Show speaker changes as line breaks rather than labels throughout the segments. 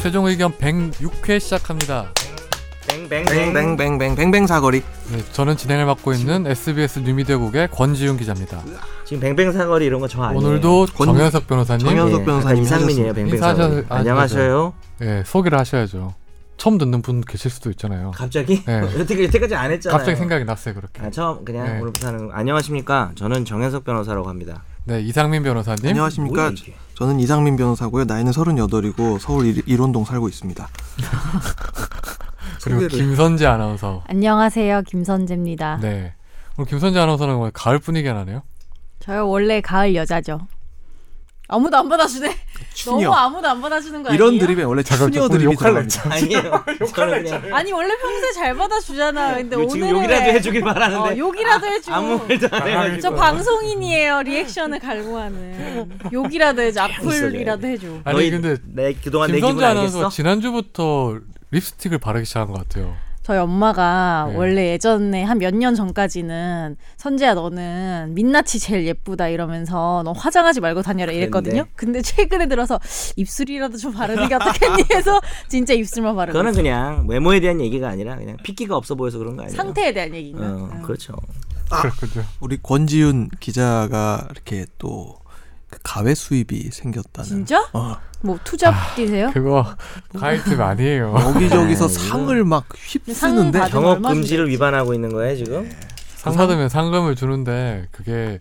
최종 의견 106회 시작합니다.
뱅뱅뱅
뱅뱅뱅뱅뱅뱅 사거리
네, 저는 진행을 맡고 있는 SBS 뉴미디어국의 권지윤 기자입니다.
지금 뱅뱅 사거리 이런 거 저 아니에요.
오늘도
예. 권-
정현석 변호사님
정현-
정
정현석
예,
변호사님
아까 이상민이에요.
하셨습니다.
뱅뱅
인사하셔-
사거리.
아,
안녕하세요.
예, 소개를 하셔야죠. 처음 듣는 분 계실 수도 있잖아요.
갑자기
예.
여태 여태까지 안 했잖아요.
갑자기 생각이 났어요, 그렇게.
아, 처음 그냥
예.
오늘부터는 안녕하십니까. 저는 정현석 변호사라고 합니다.
네, 이상민 변호사님.
안녕하십니까
뭐야, 이게?
저는 이상민 변호사고요 나이는 38이고 서울 일, 일원동 살고 있습니다
그리고
소개를.
김선재 아나운서.
안녕하세요, 김선재입니다.
네. 오늘 김선재 아나운서는 오늘 가을 분위기 나네요.
저요 원래 가을 여자죠. 아무도 안 받아주네.
추녀
너무 아무도 안 받아주는 거
이런
아니에요?
드립에 원래
잠깐,
추녀
조금
드립이
욕할
들어갑니다
아니에요. 저는 그냥
아니 원래 평소에 잘 받아주잖아. 근데
요-
오늘
지금 네, 욕이라도 해주길 바라는데
어, 욕이라도 해주고.
아무 말도 안 해가지고.
저 방송인이에요. 리액션을 갈구하는 욕이라도 해줘.
네.
악플이라도 해줘.
아니
너희-
근데
내 그동안 내 기분
김선재
알겠어?
아나운서 지난주부터 립스틱을 바르기 시작한 것 같아요.
저희 엄마가
네.
원래 예전에 한 몇 년 전까지는 선재야 너는 민낯이 제일 예쁘다 이러면서 너 화장하지 말고
아,
다녀라 이랬거든요. 근데 최근에 들어서 입술이라도 좀 바르는 게 어떻겠니 해서 진짜 입술만 바르고
그거는
있어요.
그냥 외모에 대한 얘기가 아니라 그냥 핏기가 없어 보여서 그런 거 아니에요?
상태에 대한 얘기인가?
어,
음.
그렇죠.
아.
그렇군요.
우리 권지윤 기자가 이렇게 또그 가외 수입이 생겼다는
진짜?
어,
뭐 투잡 뛰세요?
그거 가입집 아니에요.
여기저기서
아,
상을 막 휩쓰는데
받은
경업
얼마
금지를
준대?
위반하고 있는 거예요 지금?
상 받으면 상금을 주는데 그게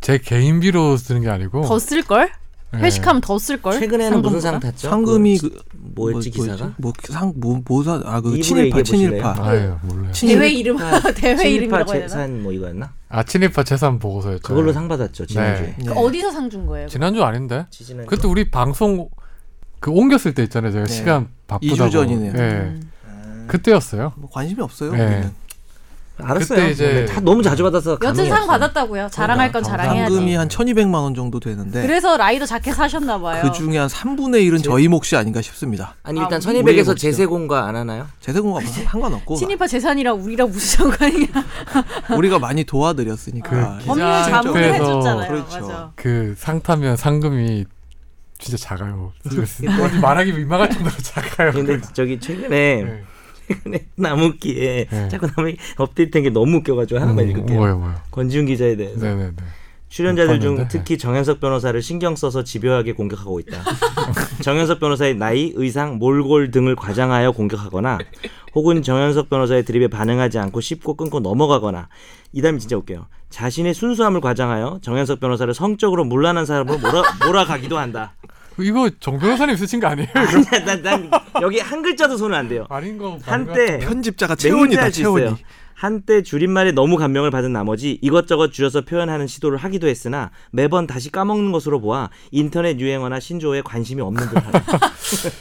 제 개인비로 쓰는 게 아니고
더 쓸걸?
예.
회식하면 더 쓸걸?
네. 최근에는 무슨 상
상금보다?
탔죠?
상금이 그,
뭐였지 기사가?
뭐상뭐뭐사아그
이분의
친일파
얘기해
친일파
보실래요?
아유 몰라요.
대회 이름 대회
네, 친일파
이름이라고 해야 되나?
재산 뭐 이거였나?
아 친일파 재산 보고서였죠.
그걸로 상 받았죠 지난주에.
네.
네.
그 어디서 상 준 거예요?
지난주 아닌데
지지난
그때 우리 방송 그 옮겼을 때 있잖아요. 제가
네.
시간 바쁘다고.
이주 전이네요.
예.
음.
그때였어요.
뭐 관심이 없어요
네.
우리는.
알았어요.
그때 이제-
근데 다 너무 자주 받아서
여튼
감이
상
없어.
받았다고요. 자랑할 건 자랑해야지.
상금이 한 1200만 원 정도 되는데
그래서 라이더 자켓 사셨나 봐요.
그 중에 한 3분의 1은 저희 몫이 아닌가 싶습니다.
아니
아,
일단
우리-
1200에서
우리
제세 공과 안 하나요?
재세공과 뭐 상관없고
친일파 재산이랑 우리랑 무슨 상관이야?
우리가 많이 도와드렸으니까.
그
아,
기자
법률
기자
자문을
협회에서
해줬잖아요.
그렇죠.
맞아.
그 상 타면 상금이 진짜 작아요. 뭔지 말하기 민망할 정도로 작아요.
근데 저기 최근에
예.
최근에 나무기에
네. 음,
자꾸 나무 업데이트된 게 너무 웃겨가지고 하나만 읽을게요.
뭐요 뭐요.
권지훈 기자에 대해서
네네네.
출연자들 중
봤는데?
특히 정현석 변호사를 신경 써서 집요하게 공격하고 있다. 정현석 변호사의 나이, 의상, 몰골 등을 과장하여 공격하거나 혹은 정현석 변호사의 드립에 반응하지 않고 씹고 끊고 넘어가거나 이 다음이 진짜 웃겨요. 자신의 순수함을 과장하여 정현석 변호사를 성적으로 물란한 사람으로 몰아, 몰아가기도 한다.
이거 정 변호사님 쓰신 거 아니에요?
아니야, 난, 난 여기 한 글자도 손은 안 돼요.
아닌 거
한때
편집자가
맹문제
채원이다
할수
채원이.
있어요. 한때 줄임말에 너무 감명을 받은 나머지 이것저것 줄여서 표현하는 시도를 하기도 했으나 매번 다시 까먹는 것으로 보아 인터넷 유행어나 신조어에 관심이 없는 듯하다.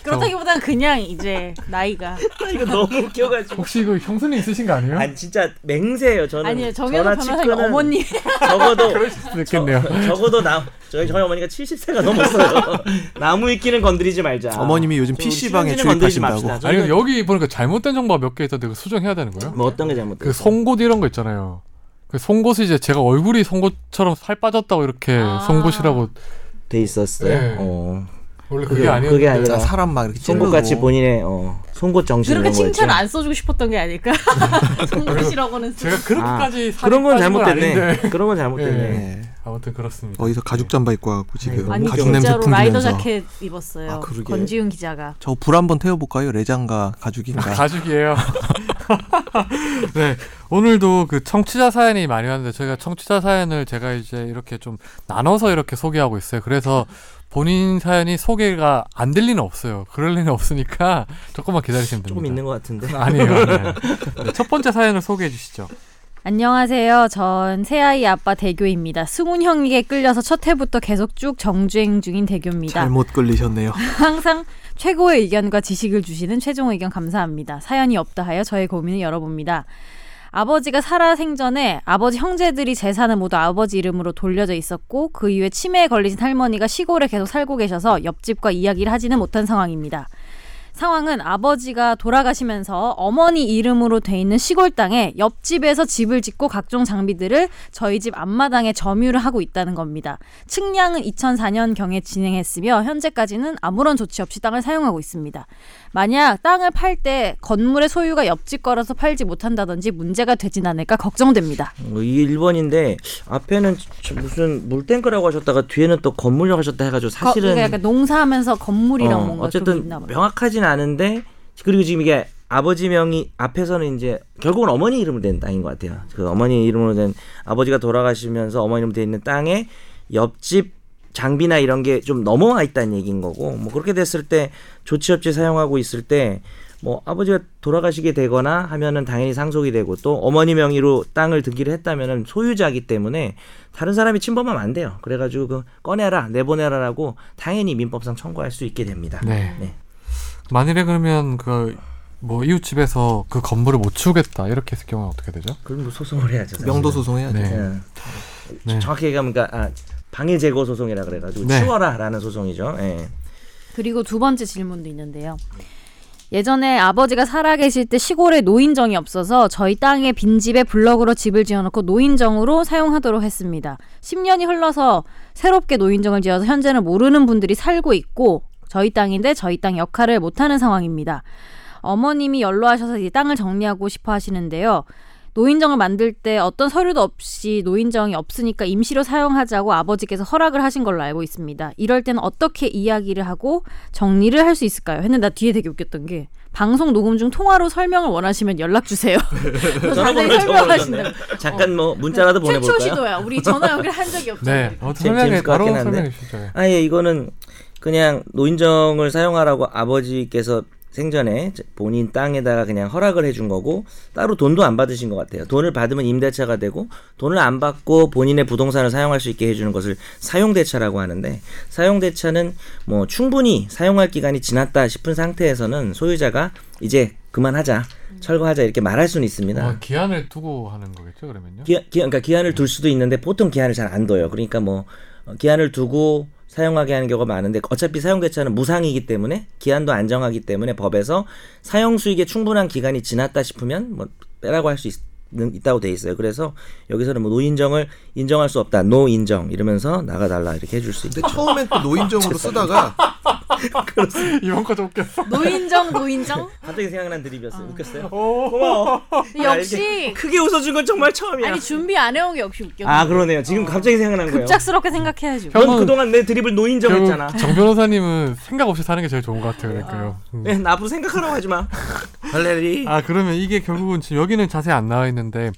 그렇다기보단 그냥 이제 나이가
이거 너무 웃겨가지고.
혹시 이거 형수님 있으신 거 아니에요?
아니 진짜 맹세예요 저는.
아니에요.
저나
정현석 변호사님
치과는
어머니
적어도
있겠네요.
적어도 나 저희 저희 어머니가 70세가 넘었어요. 나무 위키는 건드리지 말자.
어머님이 요즘
저
PC 방에
출연진은 건드리지
주입하신다고.
맙시다.
아니
저희는-
근데 여기 보니까 잘못된 정보가 몇 개 있던데 그거 수정해야 되는 거예요?
뭐 어떤 게 잘못됐어?
그 송곳 이런 거 있잖아요. 그 송곳이 이제 제가 얼굴이 송곳처럼 살 빠졌다고 이렇게
아.
송곳이라고
돼 있었어요.
네.
어.
원래
그게-
그게 아니었는데
그게 아니라-
자, 사람 막 이렇게
송곳같이
찌르고.
본인의 어, 송곳 정신
그렇게
이런 거였죠.
칭찬 안 써주고 싶었던 게 아닐까? 송곳이라고는
제가 그렇게까지 살이
아, 그런 건
빠진 건
잘못됐네.
아닌데.
그런 건 잘못됐네.
예.
네.
아무튼 그렇습니다.
어디서 가죽 잠바 입고 와갖고 지금
너무
아니
가죽 냄새
진짜로 라이더
풍기면서.
자켓 입었어요.
아, 그러게.
권지윤 기자가.
저 불 한번 태워볼까요? 레장가
아.
가죽인가?
가죽이에요. 네. 오늘도 그 청취자 사연이 많이 왔는데 저희가 청취자 사연을 제가 이제 이렇게 좀 나눠서 이렇게 소개하고 있어요. 그래서 본인 사연이 소개가 안 될 리는 없어요. 그럴 리는 없으니까 조금만 기다리시면 됩니다.
조금 있는 것 같은데.
아니에요. 아니에요. 네, 첫 번째 사연을 소개해 주시죠.
안녕하세요. 전 새아이 아빠 대교입니다. 승훈 형에게 끌려서 첫 해부터 계속 쭉 정주행 중인 대교입니다.
잘못 걸리셨네요.
항상 최고의 의견과 지식을 주시는 최종 의견 감사합니다. 사연이 없다 하여 저의 고민을 열어봅니다. 아버지가 살아생전에 아버지 형제들이 재산은 모두 아버지 이름으로 돌려져 있었고 그 이후에 치매에 걸리신 할머니가 시골에 계속 살고 계셔서 옆집과 이야기를 하지는 못한 상황입니다. 상황은 아버지가 돌아가시면서 어머니 이름으로 돼 있는 시골 땅에 옆집에서 집을 짓고 각종 장비들을 저희 집 앞마당에 점유를 하고 있다는 겁니다. 측량은 2004년 경에 진행했으며 현재까지는 아무런 조치 없이 땅을 사용하고 있습니다. 만약 땅을 팔 때 건물의 소유가 옆집 거라서 팔지 못한다든지 문제가 되진 않을까 걱정됩니다.
어, 이게 1번인데 앞에는 저- 무슨 물탱크라고 하셨다가 뒤에는 또 건물이라고 하셨다 해가지고
거-
사실은
그러니까 약간 농사하면서 건물이랑 뭔가 좀
어쨌든
있나 봐요.
명확하진 않은데 그리고 지금 이게 아버지 명이 앞에서는 이제 결국은 어머니 이름으로 된 땅인 것 같아요. 그 어머니 이름으로 된 아버지가 돌아가시면서 어머니 이름으로 돼 있는 땅에 옆집 장비나 이런 게 좀 넘어와 있다는 얘기인 거고 뭐 그렇게 됐을 때 조치 없이 사용하고 있을 때 뭐 아버지가 돌아가시게 되거나 하면은 당연히 상속이 되고 또 어머니 명의로 땅을 등기를 했다면은 소유자이기 때문에 다른 사람이 침범하면 안 돼요. 그래가지고 그 꺼내라 내보내라라고 당연히 민법상 청구할 수 있게 됩니다.
네.
네.
만일에 그러면 그 뭐 이웃집에서 그 건물을 못 치우겠다 이렇게 했을 경우는 어떻게 되죠?
그럼 뭐 소송을 해야죠. 사실은.
명도 소송해야 돼.
네.
예.
네.
정확히 얘기하면 그러니까 아, 방해 제거 소송이라 그래가지고
네.
치워라라는 소송이죠. 예.
그리고 두 번째 질문도 있는데요. 예전에 아버지가 살아계실 때 시골에 노인정이 없어서 저희 땅의 빈집에 블럭으로 집을 지어놓고 노인정으로 사용하도록 했습니다. 10년이 흘러서 새롭게 노인정을 지어서 현재는 모르는 분들이 살고 있고 저희 땅인데 저희 땅 역할을 못하는 상황입니다. 어머님이 연로하셔서 이 땅을 정리하고 싶어 하시는데요. 노인정을 만들 때 어떤 서류도 없이 노인정이 없으니까 임시로 사용하자고 아버지께서 허락을 하신 걸로 알고 있습니다. 이럴 때는 어떻게 이야기를 하고 정리를 할 수 있을까요? 했는데 나 뒤에 되게 웃겼던 게 방송 녹음 중 통화로 설명을 원하시면 연락 주세요.
전화번호를
설명하신다고.
적어놓으셨네. 잠깐 뭐 문자라도
네. 최초
보내볼까요?
시도야. 우리 전화 연결 한 적이 없죠.
네. 어,
재-
설명해
재밌을 것
바로
같긴 한데.
설명해 주시죠. 예.
아예 이거는 그냥 노인정을 사용하라고 아버지께서 생전에 본인 땅에다가 그냥 허락을 해준 거고 따로 돈도 안 받으신 것 같아요. 돈을 받으면 임대차가 되고 돈을 안 받고 본인의 부동산을 사용할 수 있게 해주는 것을 사용대차라고 하는데 사용대차는 뭐 충분히 사용할 기간이 지났다 싶은 상태에서는 소유자가 이제 그만하자 철거하자 이렇게 말할 수는 있습니다.
어, 기한을 두고 하는 거겠죠, 그러면요?
기한, 기한, 그러니까 기한을 둘 수도 있는데 보통 기한을 잘 안 둬요. 그러니까 뭐 어, 기한을 두고 사용하게 하는 경우가 많은데 어차피 사용 대차는 무상이기 때문에 기한도 안정하기 때문에 법에서 사용 수익에 충분한 기간이 지났다 싶으면 뭐 빼라고 할 수 있다고 돼 있어요. 그래서 여기서는 뭐 노인정을 인정할 수 없다. 노인정 이러면서 나가달라 이렇게 해줄 수 있다.
네.
근데 처음엔 또 노인정으로 쓰다가
이번 거좀 웃겼어.
노인정 노인정.
갑자기 생각난 드립이었어요. 웃겼어요.
오.
고마워. 야,
아. 역시
크게 웃어준 건 정말 아, 처음이야.
아니 준비 안 해온 게 역시 웃겨.
아 그러네요. 지금 갑자기 생각난 거예요.
급작스럽게 생각해야죠.
넌 그동안 내 드립을 노인정
결국
했잖아.
정 변호사님은 생각 없이 사는 게 제일 좋은 것 같아요, 그러니까요. 음.
뭐 네, 나 앞으로 생각하라고 하지 마. 할레리.
아 그러면 이게 결국은 지금 여기는 자세히 안 나와 있는데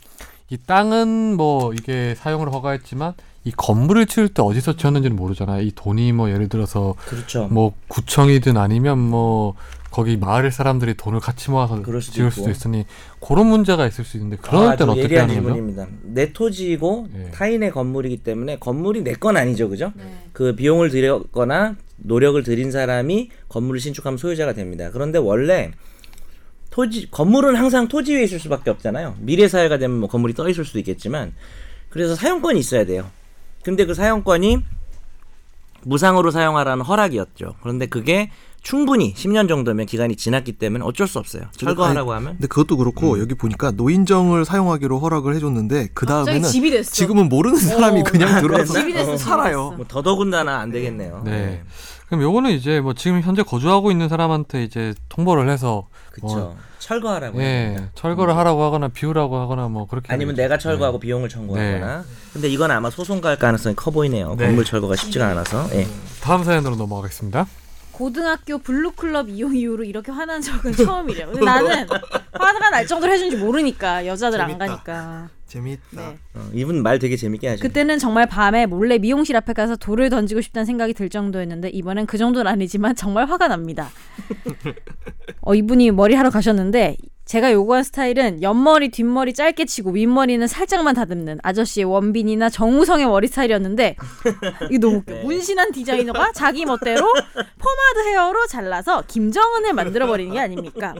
이 땅은 뭐 이게 사용을 허가했지만 이 건물을 치울 때 어디서 치웠는지는 모르잖아요. 이 돈이 뭐 예를 들어서
그렇죠.
뭐 구청이든 아니면 뭐 거기 마을 사람들이 돈을 같이 모아서
그럴 수도
지을
있고.
수도 있으니 그런 문제가 있을 수 있는데 그런
아주
때는 어떻게
예리한
하는 거죠?
질문입니다. 내 토지이고
예.
타인의 건물이기 때문에 건물이 내 건 아니죠, 그죠? 그 비용을 들였거나 노력을 들인 사람이 건물을 신축하면 소유자가 됩니다. 그런데 원래 토지 건물은 항상 토지 위에 있을 수밖에 없잖아요. 미래 사회가 되면 뭐 건물이 떠 있을 수도 있겠지만 그래서 사용권이 있어야 돼요. 근데 그 사용권이 무상으로 사용하라는 허락이었죠. 그런데 그게 충분히 10년 정도면 기간이 지났기 때문에 어쩔 수 없어요. 철거하라고 하면
근데 그것도 그렇고 여기 보니까 노인정을 사용하기로 허락을 해줬는데 그 다음에는
집이 됐어.
지금은 모르는 사람이 그냥 들어와서
집이 됐어. 집이
살아요.
됐어.
뭐 더더군다나 안 되겠네요.
네. 그럼 요거는 이제 뭐 지금 현재 거주하고 있는 사람한테 이제 통보를 해서
그렇죠.
뭐,
철거하라고. 해야
예
됩니다.
철거를 하라고 하거나 비우라고 하거나 뭐 그렇게
네, 아니면
하겠죠.
내가 철거하고 비용을 청구하거나. 근데 이건 아마 소송 갈 가능성이 커 보이네요.
네.
건물 철거가 쉽지가 않아서. 예.
다음 사연으로 넘어가겠습니다.
고등학교 블루클럽 이용 이후로 이렇게 화난 적은 처음이래요. 근데 나는 화가 날 정도로 해준지 모르니까 여자들 안
재밌다.
가니까.
재밌다.
네.
어, 이분 말 되게 재밌게 하시네.
그때는 정말 밤에 몰래 미용실 앞에 가서 돌을 던지고 싶다는 생각이 들 정도였는데 이번엔 그 정도는 아니지만 정말 화가 납니다. 어, 이분이 머리 하러 가셨는데 제가 요구한 스타일은 옆머리 뒷머리 짧게 치고 윗머리는 살짝만 다듬는 아저씨의 원빈이나 정우성의 머리 스타일이었는데 이게 너무 웃겨. 문신한 디자이너가 자기 멋대로 포마드 헤어로 잘라서 김정은을 만들어 버리는 게 아닙니까?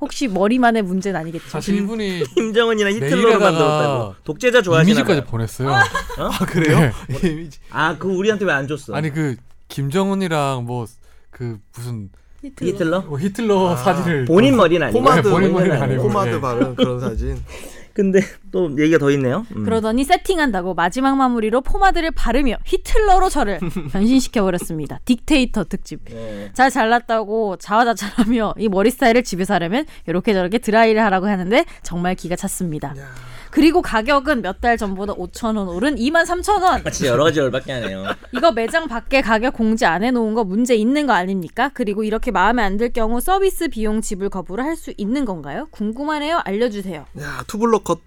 혹시 머리만의 문제는 아니겠죠?
사실 이분이
김정은이나 히틀러로
메일에다가
만들었다고. 독재자 좋아하시나 네.
이미지까지
봐요.
보냈어요.
아 그래요?
아, 그 우리한테 왜 안 줬어?
아니 그 김정은이랑 뭐 그 무슨
히틀러?
뭐 히틀러
아,
사진을 그
본인 머리는 아니고.
포마-
포마드
본인 머리는
아니고,
아니고,
포마드
예.
바른 그런 사진.
근데 또 얘기가 더 있네요. 음.
그러더니 세팅한다고 마지막 마무리로 포마드를 바르며 히틀러로 저를 변신시켜버렸습니다. 딕테이터 특집.
네.
잘 잘랐다고 자화자찬하며 이 머리 스타일을 집에서 하려면 이렇게 저렇게 드라이를 하라고 하는데 정말 기가 찼습니다. 그리고 가격은 몇 달 전보다 5천 원 오른 2만 3천 원.
아, 진짜 여러 가지 열받게 하네요.
이거 매장 밖에 가격 공지 안 해놓은 거 문제 있는 거 아닙니까? 그리고 이렇게 마음에 안 들 경우 서비스 비용 지불 거부를 할 수 있는 건가요? 궁금하네요. 알려주세요.
야 투블럭 컷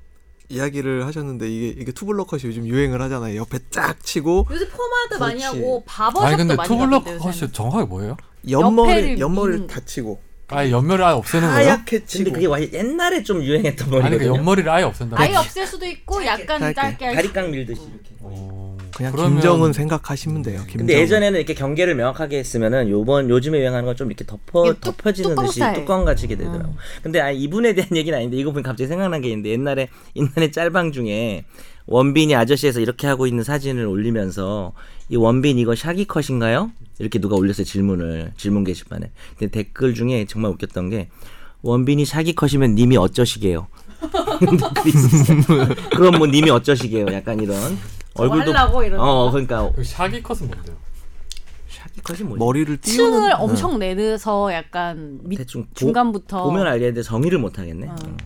이야기를 하셨는데 이게 이게 투블럭 컷이 요즘 유행을 하잖아요. 옆에 쫙 치고
요새 포마드 많이
그렇지.
하고
뭐
바버샵도
아니 근데
뭐 많이
투블럭
하던데요,
컷이
요새는.
정확하게 뭐예요?
옆머리
옆에를
옆머리를
민-
다 치고
아예 옆머리 아예 없애는 거예요?
하얗게
근데
치고
그게 완전 옛날에 좀 유행했던
아니 그
머리거든요.
옆머리를 아예 없앤다.
아예 없앨 수도 있고 약간
짧게.
짧게 할 수-
다리깡 밀듯이.
어,
그냥
그러면-
김정은 생각하시면 돼요. 김정은.
근데 예전에는 이렇게 경계를 명확하게 했으면은 요번 요즘에 유행하는 건 좀 이렇게 덮어
이게 뚜-
덮어지는
뚜껑
듯이
스타일.
뚜껑 같이게 되더라고. 근데 아 이분에 대한 얘기는 아닌데 이거 보니 갑자기 생각난 게 있는데 옛날에 옛날에 짤방 중에 원빈이 아저씨에서 이렇게 하고 있는 사진을 올리면서 이 원빈 이거 샤기 컷인가요? 이렇게 누가 올렸어요 질문을 질문 게시판에. 근데 댓글 중에 정말 웃겼던 게 원빈이 샤기 컷이면 님이 어쩌시게요? 댓글이 있었어요. 그럼 뭐 님이 어쩌시게요? 약간 이런 얼굴도
뭐 하려고 이러는
어 그러니까
그 샤기 컷은 뭔데요?
샤기 컷이 뭐지?
머리를 띄우는
층을 엄청 내서 약간 밑
대충 보-
중간부터 어.
보면 알겠는데 정의를 못 하겠네. 음.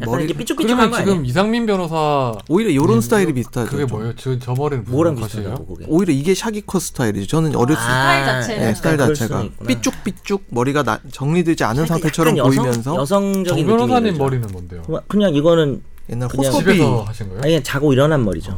약간
머리-
이게
뭐
삐죽삐죽한
그러면
거 아니야?
지금 이상민 변호사
네. 오히려 이런
음,
스타일이 비슷하죠.
그게
좀.
뭐예요? 지금 저 머리는
네, 뭐랑
무슨
비슷하다고
컷이에요?
그게?
오히려 이게 샤기컷 스타일이죠. 저는 어렸을 때
스타일 자체는.
네, 스타일
아, 그럴
자체가
수는 있구나.
삐죽삐죽 머리가 나- 정리되지 않은
약간
상태처럼
여성,
보이면서
정
여성적인
변호사님
느낌이
머리는 뭔데요?
들죠. 그냥 이거는
옛날
그냥
호스비
집에서 하신 거예요?
아니 그냥 자고 일어난 머리죠.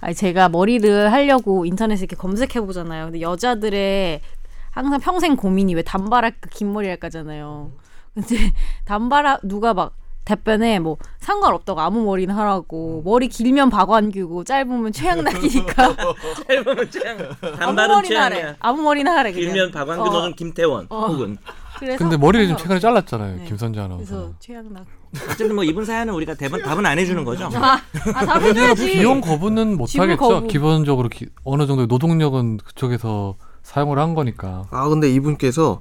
아니 제가 머리를 하려고 인터넷에 이렇게 검색해 보잖아요. 근데 여자들의 항상 평생 고민이 왜 단발할까 그 긴 머리 할까잖아요. 근데 단발하 누가 막 답변에 뭐 상관없다고 아무 머리나 하라고
음.
머리 길면 박완규고 짧으면 최양락이니까
짧으면 그냥
아무
단발은
머리나 하래
최악이야.
아무 머리나 하래 그냥.
길면 박완규
어,
너는 김태원
어.
혹은
그래서
근데 머리를 지금
상관없-
최근에 잘랐잖아요.
네.
김선재
그래서
어.
아나운서.
최양락
어쨌든 뭐 이분 사연은 우리가 대본, 답은 안 해주는 거죠.
아, 아 답을 해야지
비용 거부는 못
지불
하겠죠.
거부.
기본적으로 기- 어느 정도 노동력은 그쪽에서 사용을 한 거니까.
아 근데 이분께서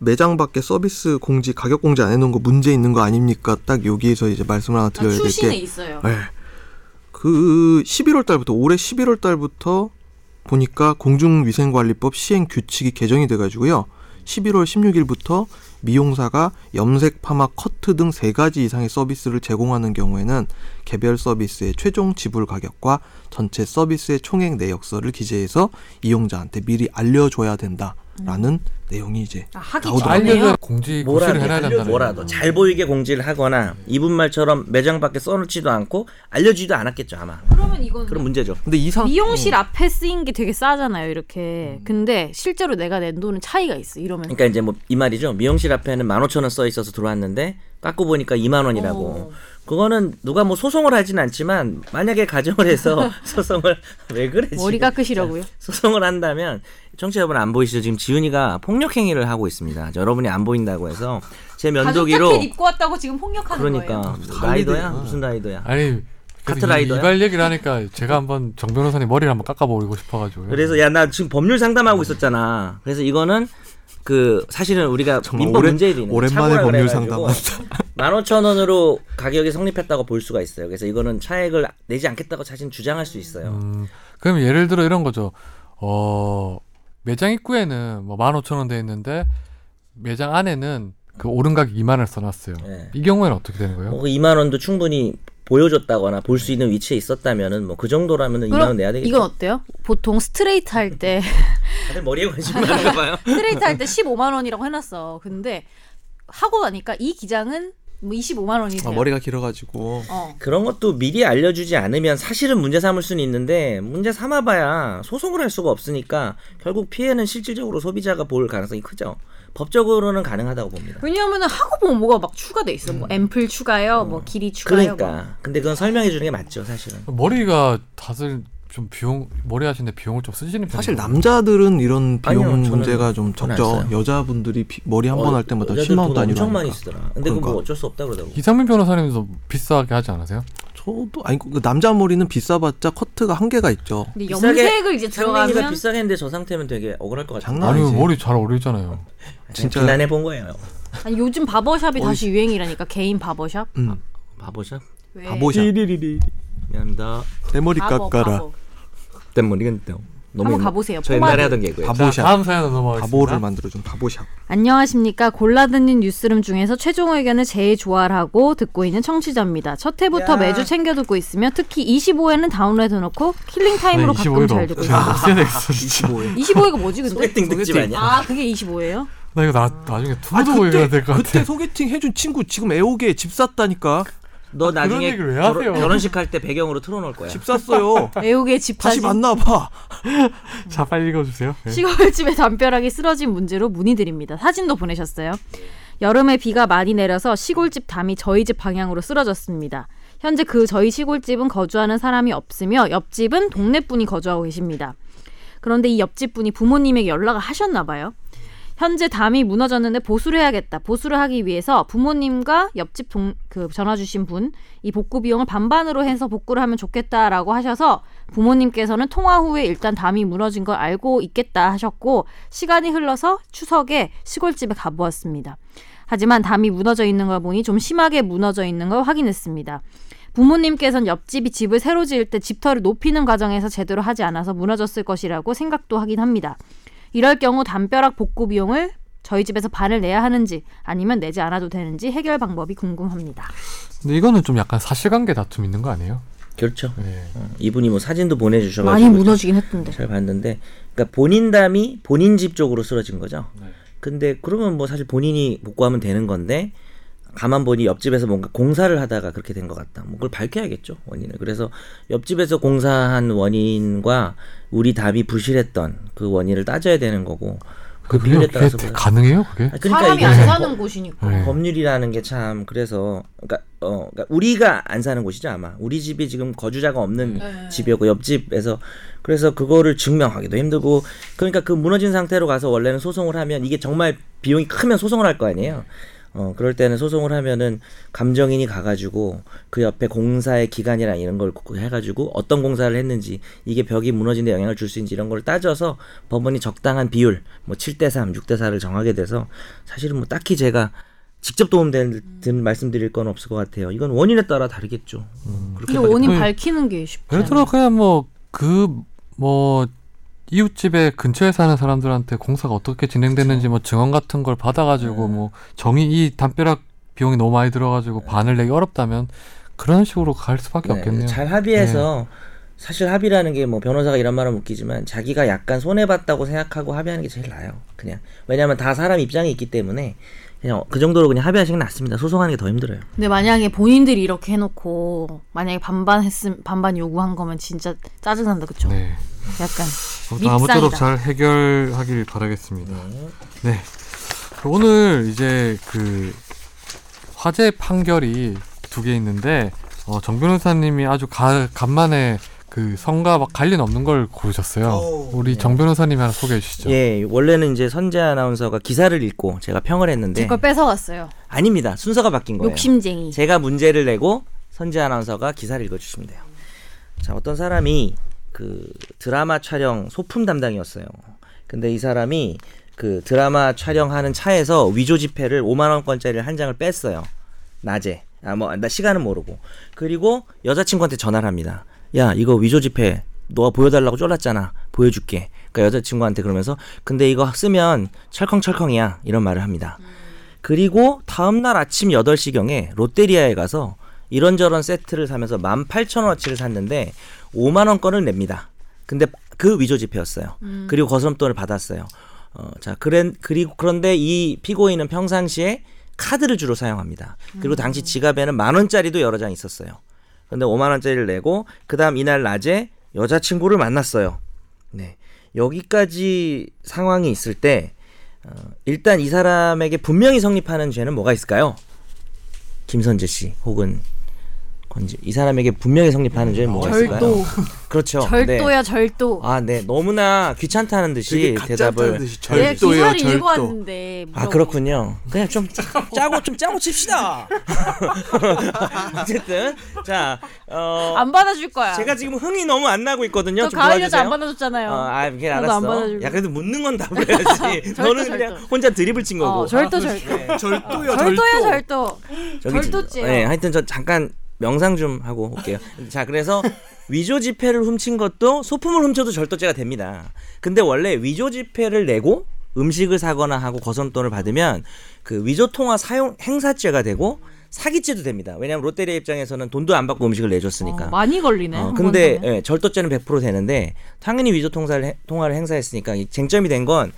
매장 밖에 서비스 공지 가격 공지 안 해놓은 거 문제 있는 거 아닙니까? 딱 여기에서 이제 말씀을
아,
아,
하나 드려야 될
출신에
게 네,
있어요.
그 11월 달부터 올해 11월 달부터 보니까 공중위생관리법 시행 규칙이 개정이 돼가지고요. 11월 16일부터 미용사가 염색, 파마, 커트 등 세 가지 이상의 서비스를 제공하는 경우에는 개별 서비스의 최종 지불 가격과 전체 서비스의 총액 내역서를 기재해서 이용자한테 미리 알려줘야 된다라는 내용이 이제
아, 하기
나오더라고요.
전에요.
알려줘 공지
뭐라도
고시를 해놔야 된다는
뭐라도
거예요.
잘 보이게 공지를 하거나 이분 말처럼 매장 밖에 써놓지도 않고 알려주지도 않았겠죠 아마.
그러면 이거는
그런 문제죠.
근데 이상
미용실
음.
앞에 쓰인 게 되게 싸잖아요, 이렇게. 근데 실제로 내가 낸 돈은 차이가 있어, 이러면.
그러니까 이제 뭐 이 말이죠. 미용실 앞에는 15,000원 써 있어서 들어왔는데 깎고 보니까 2만
어.
원이라고. 그거는 누가 뭐 소송을 하진 않지만 만약에 가정을 해서 소송을 왜 그래 지금?
머리 깎으시려고요?
소송을 한다면 청취자 여러분 안 보이시죠? 지금 지훈이가 폭력 행위를 하고 있습니다. 여러분이 안 보인다고 해서 제
가죽
면도기로
자켓 입고 왔다고 지금 폭력하는 거예요.
그러니까 라이더야 무슨 라이더야?
아니
카트
그래서 이-
라이더야?
이발 얘기를 하니까 제가 한번 정 변호사님 머리를 한번 깎아버리고 싶어가지고.
그래서 야 나 지금 법률 상담하고 있었잖아. 그래서 이거는 그 사실은 우리가
정말
민법
오랜-
문제일이 있는
오랜만에 법률 상담한다.
15,000원으로 가격이 성립했다고 볼 수가 있어요. 그래서 이거는 차액을 내지 않겠다고 자신 주장할 수 있어요.
음, 그럼 예를 들어 이런 거죠. 어, 매장 입구에는 뭐 15,000원 돼 있는데 매장 안에는 그 오른각 2만을 써놨어요.
네.
예.
이 경우에는 어떻게 되는 거예요?
뭐그 2만 원도 충분히 보여줬다거나 볼 수 있는 위치에 있었다면은 뭐 그 정도라면은 2만 원
그럼
내야 되겠죠.
이건 어때요? 보통 스트레이트 할 때
다들 머리에 관심 많은가 봐요.
스트레이트 할 때 15만 원이라고 해놨어. 근데 하고 나니까 이 기장은 뭐 25만 원이세요.
아, 머리가 길어가지고
어.
그런 것도 미리 알려주지 않으면 사실은 문제 삼을 수는 있는데 문제 삼아봐야 소송을 할 수가 없으니까 결국 피해는 실질적으로 소비자가 볼 가능성이 크죠. 법적으로는 가능하다고 봅니다.
왜냐하면은 하고 보면 뭐가 막 추가돼 있어. 뭐 앰플 추가요, 뭐 길이 추가요. 뭐.
음. 그러니까 근데 그건 설명해 주는 게 맞죠, 사실은.
어.
머리가 다들 좀 비용 머리 하시는데 비용을 좀 쓰시는 편이에요.
사실 남자들은 이런
아니요,
비용
저는
문제가 좀
저는 안
적죠.
써요. 어,
여자분들이 비- 머리 한 번 할 때마다
여자들
10만 원
돈
단위로
엄청 많이
하니까.
쓰더라. 근데 그거
그러니까.
뭐 어쩔 수 없다 그러더라고.
이상민 변호사님도 비싸게 하지 않으세요?
저도 아니 그 남자 머리는 비싸봤자 커트가 한계가 있죠.
근데
비싸게
염색을 이제
상민이가
들어가면
비싸겠는데 저 상태면 되게 억울할 것 같아요.
장난
아니
아니지.
머리 잘 어울리잖아요.
진짜-
비난해 본 거예요.
아니 요즘 바버샵이 다시 유행이라니까 개인 바버샵.
음,
바보샵.
왜?
바보샵.
미안합니다.
내 머리
네. 바보,
깎아라.
바보.
땜머리 근데 너무
한번 가보세요.
저 옛날에
포마드.
하던 개그예요.
자,
바보샵.
다음 사연으로 넘어가겠습니다.
바보를 만들어준 바보샵.
안녕하십니까. 골라듣는 뉴스룸 중에서 최종 의견을 제일 좋아하고 듣고 있는 청취자입니다. 첫 회부터 매주 챙겨 듣고 있으며 특히 25회는 다운로드 해놓고 킬링 타임으로 가끔
뭐.
잘 듣고
아,
있습니다.
네, 없애야 되겠어 진짜.
25회가 뭐지 근데?
소개팅 특집 아니야?
아 그게 25회예요?
나 이거 나 나중에 투고도 해야 아, 될 것
아, 그때
같아.
소개팅 해준 친구 지금 애옥에 집 샀다니까.
너 나중에
얘기를 왜
결혼-
하세요?
결혼식 할 때 배경으로 틀어놓을 거야.
집 샀어요.
애옥의 집사진
다시 만나봐.
자 빨리 읽어주세요. 네.
시골집의 담벼락이 쓰러진 문제로 문의드립니다. 사진도 보내셨어요. 여름에 비가 많이 내려서 시골집 담이 저희 집 방향으로 쓰러졌습니다. 현재 그 저희 시골집은 거주하는 사람이 없으며 옆집은 동네 분이 거주하고 계십니다. 그런데 이 옆집 분이 부모님에게 연락을 하셨나 봐요. 현재 담이 무너졌는데 보수를 해야겠다. 보수를 하기 위해서 부모님과 옆집 동, 그 전화 주신 분 이 복구 비용을 반반으로 해서 복구를 하면 좋겠다라고 하셔서 부모님께서는 통화 후에 일단 담이 무너진 걸 알고 있겠다 하셨고 시간이 흘러서 추석에 시골집에 가보았습니다. 하지만 담이 무너져 있는 걸 보니 좀 심하게 무너져 있는 걸 확인했습니다. 부모님께서는 옆집이 집을 새로 지을 때 집터를 높이는 과정에서 제대로 하지 않아서 무너졌을 것이라고 생각도 하긴 합니다. 이럴 경우 담벼락 복구 비용을 저희 집에서 반을 내야 하는지 아니면 내지 않아도 되는지 해결 방법이 궁금합니다.
근데 이거는 좀 약간 사실관계 다툼 있는 거 아니에요?
그렇죠.
네.
어, 이분이 뭐 사진도 보내주셔가지고
많이 무너지긴 했던데.
잘 봤는데, 그러니까 본인 담이 본인 집 쪽으로 쓰러진 거죠. 근데 그러면 뭐 사실 본인이 복구하면 되는 건데 가만 보니 옆집에서 뭔가 공사를 하다가 그렇게 된 것 같다. 뭐 그걸 밝혀야겠죠 원인을. 그래서 옆집에서 공사한 원인과 우리 담이 부실했던 그 원인을 따져야 되는 거고 그
그게
비율에 따라서.
그게
그래서-
가능해요 그게?
아니, 그러니까
사람이
이게
안
법-
사는 곳이니까.
네.
법률이라는 게 참 그래서 그러니까 어 그러니까 우리가 안 사는 곳이죠 아마 우리 집이 지금 거주자가 없는 집이었고 옆집에서 그래서 그거를 증명하기도 힘들고 그러니까 그 무너진 상태로 가서 원래는 소송을 하면 이게 정말 비용이 크면 소송을 할 거 아니에요. 어 그럴 때는 소송을 하면은 감정인이 가가지고 그 옆에 공사의 기간이랑 이런 걸 그- 해가지고 어떤 공사를 했는지 이게 벽이 무너진데 영향을 줄 수 있는지 이런 걸 따져서 법원이 적당한 비율 뭐 7대 3, 6대 4를 정하게 돼서 사실은 뭐 딱히 제가 직접 도움되는
음.
말씀드릴 건 없을 것 같아요. 이건 원인에 따라 다르겠죠.
음.
그렇게
근데
빨리-
원인
거의-
밝히는 게 쉽지
예를
않아요.
들어 그냥 뭐 그 뭐 이웃집에 근처에 사는 사람들한테 공사가 어떻게 진행됐는지 뭐 증언 같은 걸 받아가지고 뭐 정이 이 담벼락 비용이 너무 많이 들어가지고 반을 내기 어렵다면 그런 식으로 갈 수밖에
네,
없겠네요.
잘 합의해서 사실 합의라는 게 뭐 변호사가 이런 말은 웃기지만 자기가 약간 손해 봤다고 생각하고 합의하는 게 제일 나아요. 그냥 왜냐하면 다 사람 입장이 있기 때문에 그냥 그 정도로 그냥 합의하시는 게 낫습니다. 소송하는 게 더 힘들어요.
근데 만약에 본인들이 이렇게 해놓고 만약에 반반 했음 반반 요구한 거면 진짜 짜증난다 그쵸?
네.
약간
아무튼 아무쪼록
밉상이다.
잘 해결하길 바라겠습니다. 네. 오늘 이제 그 화재 판결이 두 개 있는데 어, 정 변호사님이 아주 가- 간만에 그 성과 막 관련 없는 걸 고르셨어요. 우리 정 변호사님이 하나 소개해 주시죠.
네. 예, 원래는 이제 선재 아나운서가 기사를 읽고 제가 평을 했는데
제걸 뺏어갔어요.
아닙니다. 순서가 바뀐 거예요.
욕심쟁이.
네. 제가 문제를 내고 선재 아나운서가 기사를 읽어주시면 돼요. 자, 어떤 사람이 그 드라마 촬영 소품 담당이었어요. 근데 이 사람이 그 드라마 촬영하는 차에서 위조 지폐를 5만 원권짜리를 한 장을 뺐어요. 낮에. 아, 뭐, 나 시간은 모르고. 그리고 여자친구한테 전화를 합니다. 야, 이거 위조 지폐. 너가 보여달라고 쫄랐잖아. 보여줄게. 그러니까 여자친구한테 그러면서 근데 이거 쓰면 철컹철컹이야. 이런 말을 합니다. 그리고 다음날 아침 8시경에 롯데리아에 가서 이런저런 세트를 사면서 18,000원어치를 샀는데 5만원권을 냅니다. 근데 그 위조지폐였어요. 그리고 거스름돈을 받았어요. 어, 자, 그래, 그리고 그런데 이 피고인은 평상시에 카드를 주로 사용합니다. 그리고 당시 지갑에는 만원짜리도 여러 장 있었어요. 근데 5만원짜리를 내고, 그 다음 이날 낮에 여자친구를 만났어요. 네. 여기까지 상황이 있을 때, 어, 일단 이 사람에게 분명히 성립하는 죄는 뭐가 있을까요? 김선재 씨 혹은 이제 이 사람에게 분명히 성립하는 점이 뭐가 있을까요?
절도
그렇죠. 네.
절도야 절도.
아, 네. 너무나 귀찮다는
되게
듯이
가짜
대답을
같다는 듯이
내가
절도예요
네, 기사를
절도.
읽어왔는데.
아
뭐라고.
그렇군요. 그냥 좀 짜고 좀 짜고 칩시다. 어쨌든 자 어,
안 받아줄 거야.
제가 지금 흥이 너무 안 나고 있거든요.
그러니까. 저
좀
가을 여자
도와주세요.
안 받아줬잖아요.
어, 아, 그게
나도 안
알았어.
받아주고.
야, 그래도 묻는 건 답을 해야지.
절도,
너는 그냥
절도.
혼자 드립을 친 거고. 아,
어, 절도 절도.
절도요
절도야 절도.
저기 지-
절도죄요.
네, 하여튼 저 잠깐 명상 좀 하고 올게요. 자, 그래서 위조 지폐를 훔친 것도 소품을 훔쳐도 절도죄가 됩니다. 근데 원래 위조 지폐를 내고 음식을 사거나 하고 거선돈을 받으면 그 위조 통화 사용 행사죄가 되고 사기죄도 됩니다. 왜냐하면 롯데리아 입장에서는 돈도 안 받고 음식을 내줬으니까.
어, 많이 걸리네.
어,
한
근데
번쯤에.
예, 절도죄는 100% 되는데 당연히 위조 통사를 해- 통화를 행사했으니까 이 쟁점이 된 건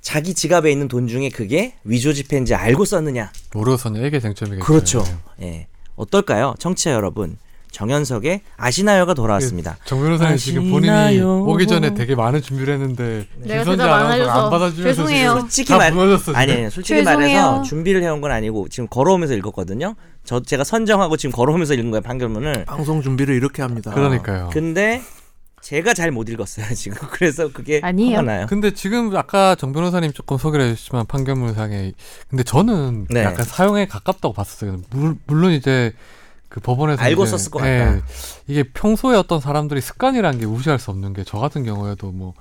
자기 지갑에 있는 돈 중에 그게 위조 지폐인지 알고 썼느냐.
모르겠었냐 이게 쟁점이겠죠.
그렇죠. 예. 어떨까요? 청취자 여러분. 정현석의 아시나요가 돌아왔습니다.
정 변호사님 지금 본인이
아시나요?
오기 전에 되게 많은 준비를 했는데
뭐. 네. 내가
김선재
대답 안
아나운서가
해줘서
안 받아주면서
죄송해요.
지금
솔직히
다
말-
무너졌어.
아니, 아니, 솔직히
죄송해요.
말해서 준비를 해온 건 아니고 지금 걸어오면서 읽었거든요. 저 제가 선정하고 지금 걸어오면서 읽은 거예요, 판결문을.
방송 준비를 이렇게 합니다.
그러니까요.
근데 제가 잘 못 읽었어요, 지금. 그래서 그게
아니에요.
화가 나요.
근데 지금 아까 정 변호사님 조금 소개를 해주셨지만 판결문상에 근데 저는
네.
약간 사용에 가깝다고 봤었어요. 물, 물론 이제 그 법원에서
알고
이제,
썼을 것 같다.
예, 이게 평소에 어떤 사람들이 습관이라는 게 무시할 수 없는 게 저 같은 경우에도 뭐.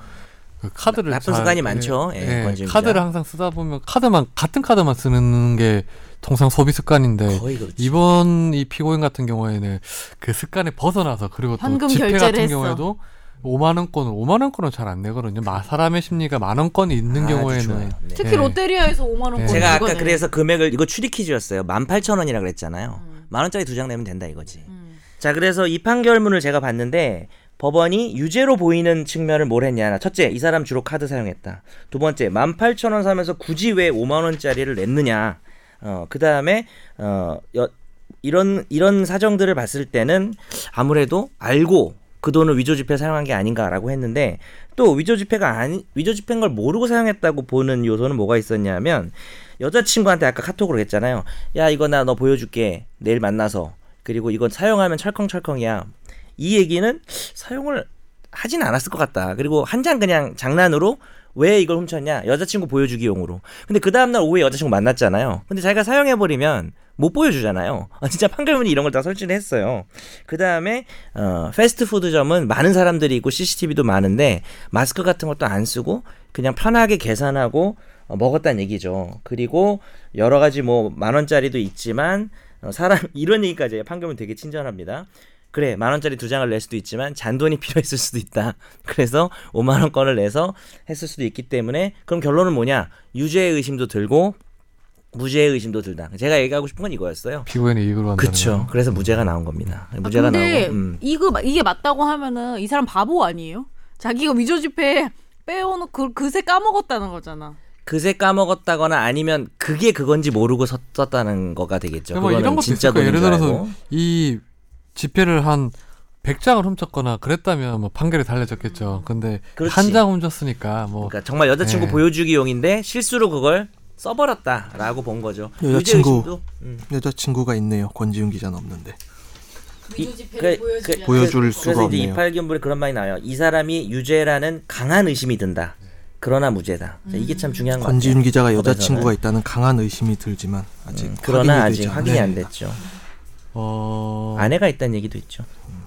그 카드를
나쁜
잘-
습관이 많죠. 예,
예,
권지윤 기자.
카드를 항상 쓰다 보면 카드만 같은 카드만 쓰는 게 통상 소비 습관인데
거의 그렇죠.
이번 이 피고인 같은 경우에는 그 습관에 벗어나서 그리고 또
현금
지폐
결제를
같은
했어.
경우에도 5만 원권을 5만 원권은 잘 안 내거든요. 마 사람의 심리가 만 원권이 있는
아주 좋아요.
경우에는
네.
특히
예.
롯데리아에서 5만 원권.
제가 아까 그래서 금액을 이거 추리 퀴즈였어요. 18,000원이라 그랬잖아요. 만 원짜리 두 장 내면 된다 이거지.
음.
자, 그래서 이 판결문을 제가 봤는데 법원이 유죄로 보이는 측면을 뭘 했냐. 첫째, 이 사람 주로 카드 사용했다. 두 번째, 18,000원 사면서 굳이 왜 5만 원짜리를 냈느냐. 어, 그다음에 어, 여- 이런 이런 사정들을 봤을 때는 아무래도 알고 그 돈을 위조 지폐 사용한 게 아닌가라고 했는데 또 위조 지폐가 아니 위조 지폐인 걸 모르고 사용했다고 보는 요소는 뭐가 있었냐면 여자친구한테 아까 카톡으로 했잖아요. 야 이거 나 너 보여줄게 내일 만나서 그리고 이건 사용하면 철컹철컹이야. 이 얘기는 사용을 하진 않았을 것 같다. 그리고 한 장 그냥 장난으로 왜 이걸 훔쳤냐 여자친구 보여주기용으로. 근데 그 다음날 오후에 여자친구 만났잖아요. 근데 자기가 사용해 버리면 못 보여주잖아요. 아, 진짜 판결문이 이런 걸 다 설치를 했어요. 그 다음에 어, 패스트푸드점은 많은 사람들이 있고 CCTV도 많은데 마스크 같은 것도 안 쓰고 그냥 편하게 계산하고 어, 먹었다는 얘기죠. 그리고 여러 가지 뭐 만 원짜리도 있지만 어, 사람 이런 얘기까지 해요. 판결문 되게 친절합니다. 그래 만 원짜리 두 장을 낼 수도 있지만 잔돈이 필요했을 수도 있다. 그래서 5만 원권을 내서 했을 수도 있기 때문에 그럼 결론은 뭐냐 유죄의 의심도 들고 무죄의 의심도 들다. 제가 얘기하고 싶은 건 이거였어요.
네. 피고인의 이익으로 한다는
그렇죠.
거.
그래서 무죄가 나온 겁니다. 무죄가
아, 근데
나오고. 음.
이거 마- 이게 맞다고 하면은 이 사람 바보 아니에요? 자기가 위조 지폐 빼오는 그 그새 까먹었다는 거잖아.
그새 까먹었다거나 아니면 그게 그건지 모르고 썼다는 거가 되겠죠.
근데 뭐
그거는
이런 것도
진짜
있을 거예요.
돈인
예를
줄
들어서
알고.
이 지폐를 한 100장을 훔쳤거나 그랬다면 뭐 판결이 달라졌겠죠. 근데
그렇지.
한 장 훔쳤으니까 뭐
그러니까 정말 여자친구
네.
보여주기용인데 실수로 그걸 써버렸다라고 본 거죠.
여자친구.
유죄 의심도, 음.
여자친구가 있네요. 권지윤 기자는 없는데.
위조
그- 그-
보여줄
그, 래서
수가
이제
없네요.
이팔균불에 그런 말이 나와요. 이 사람이 유죄라는 강한 의심이 든다. 그러나 무죄다. 자, 이게 참 중요한 거 같아요.
권지윤 기자가
법에서는.
여자친구가 있다는 강한 의심이 들지만 아직
음, 그러나
확인이 네.
아직
되지
확인이 안
않았습니다.
됐죠.
어...
아내가 있다는 얘기도 있죠.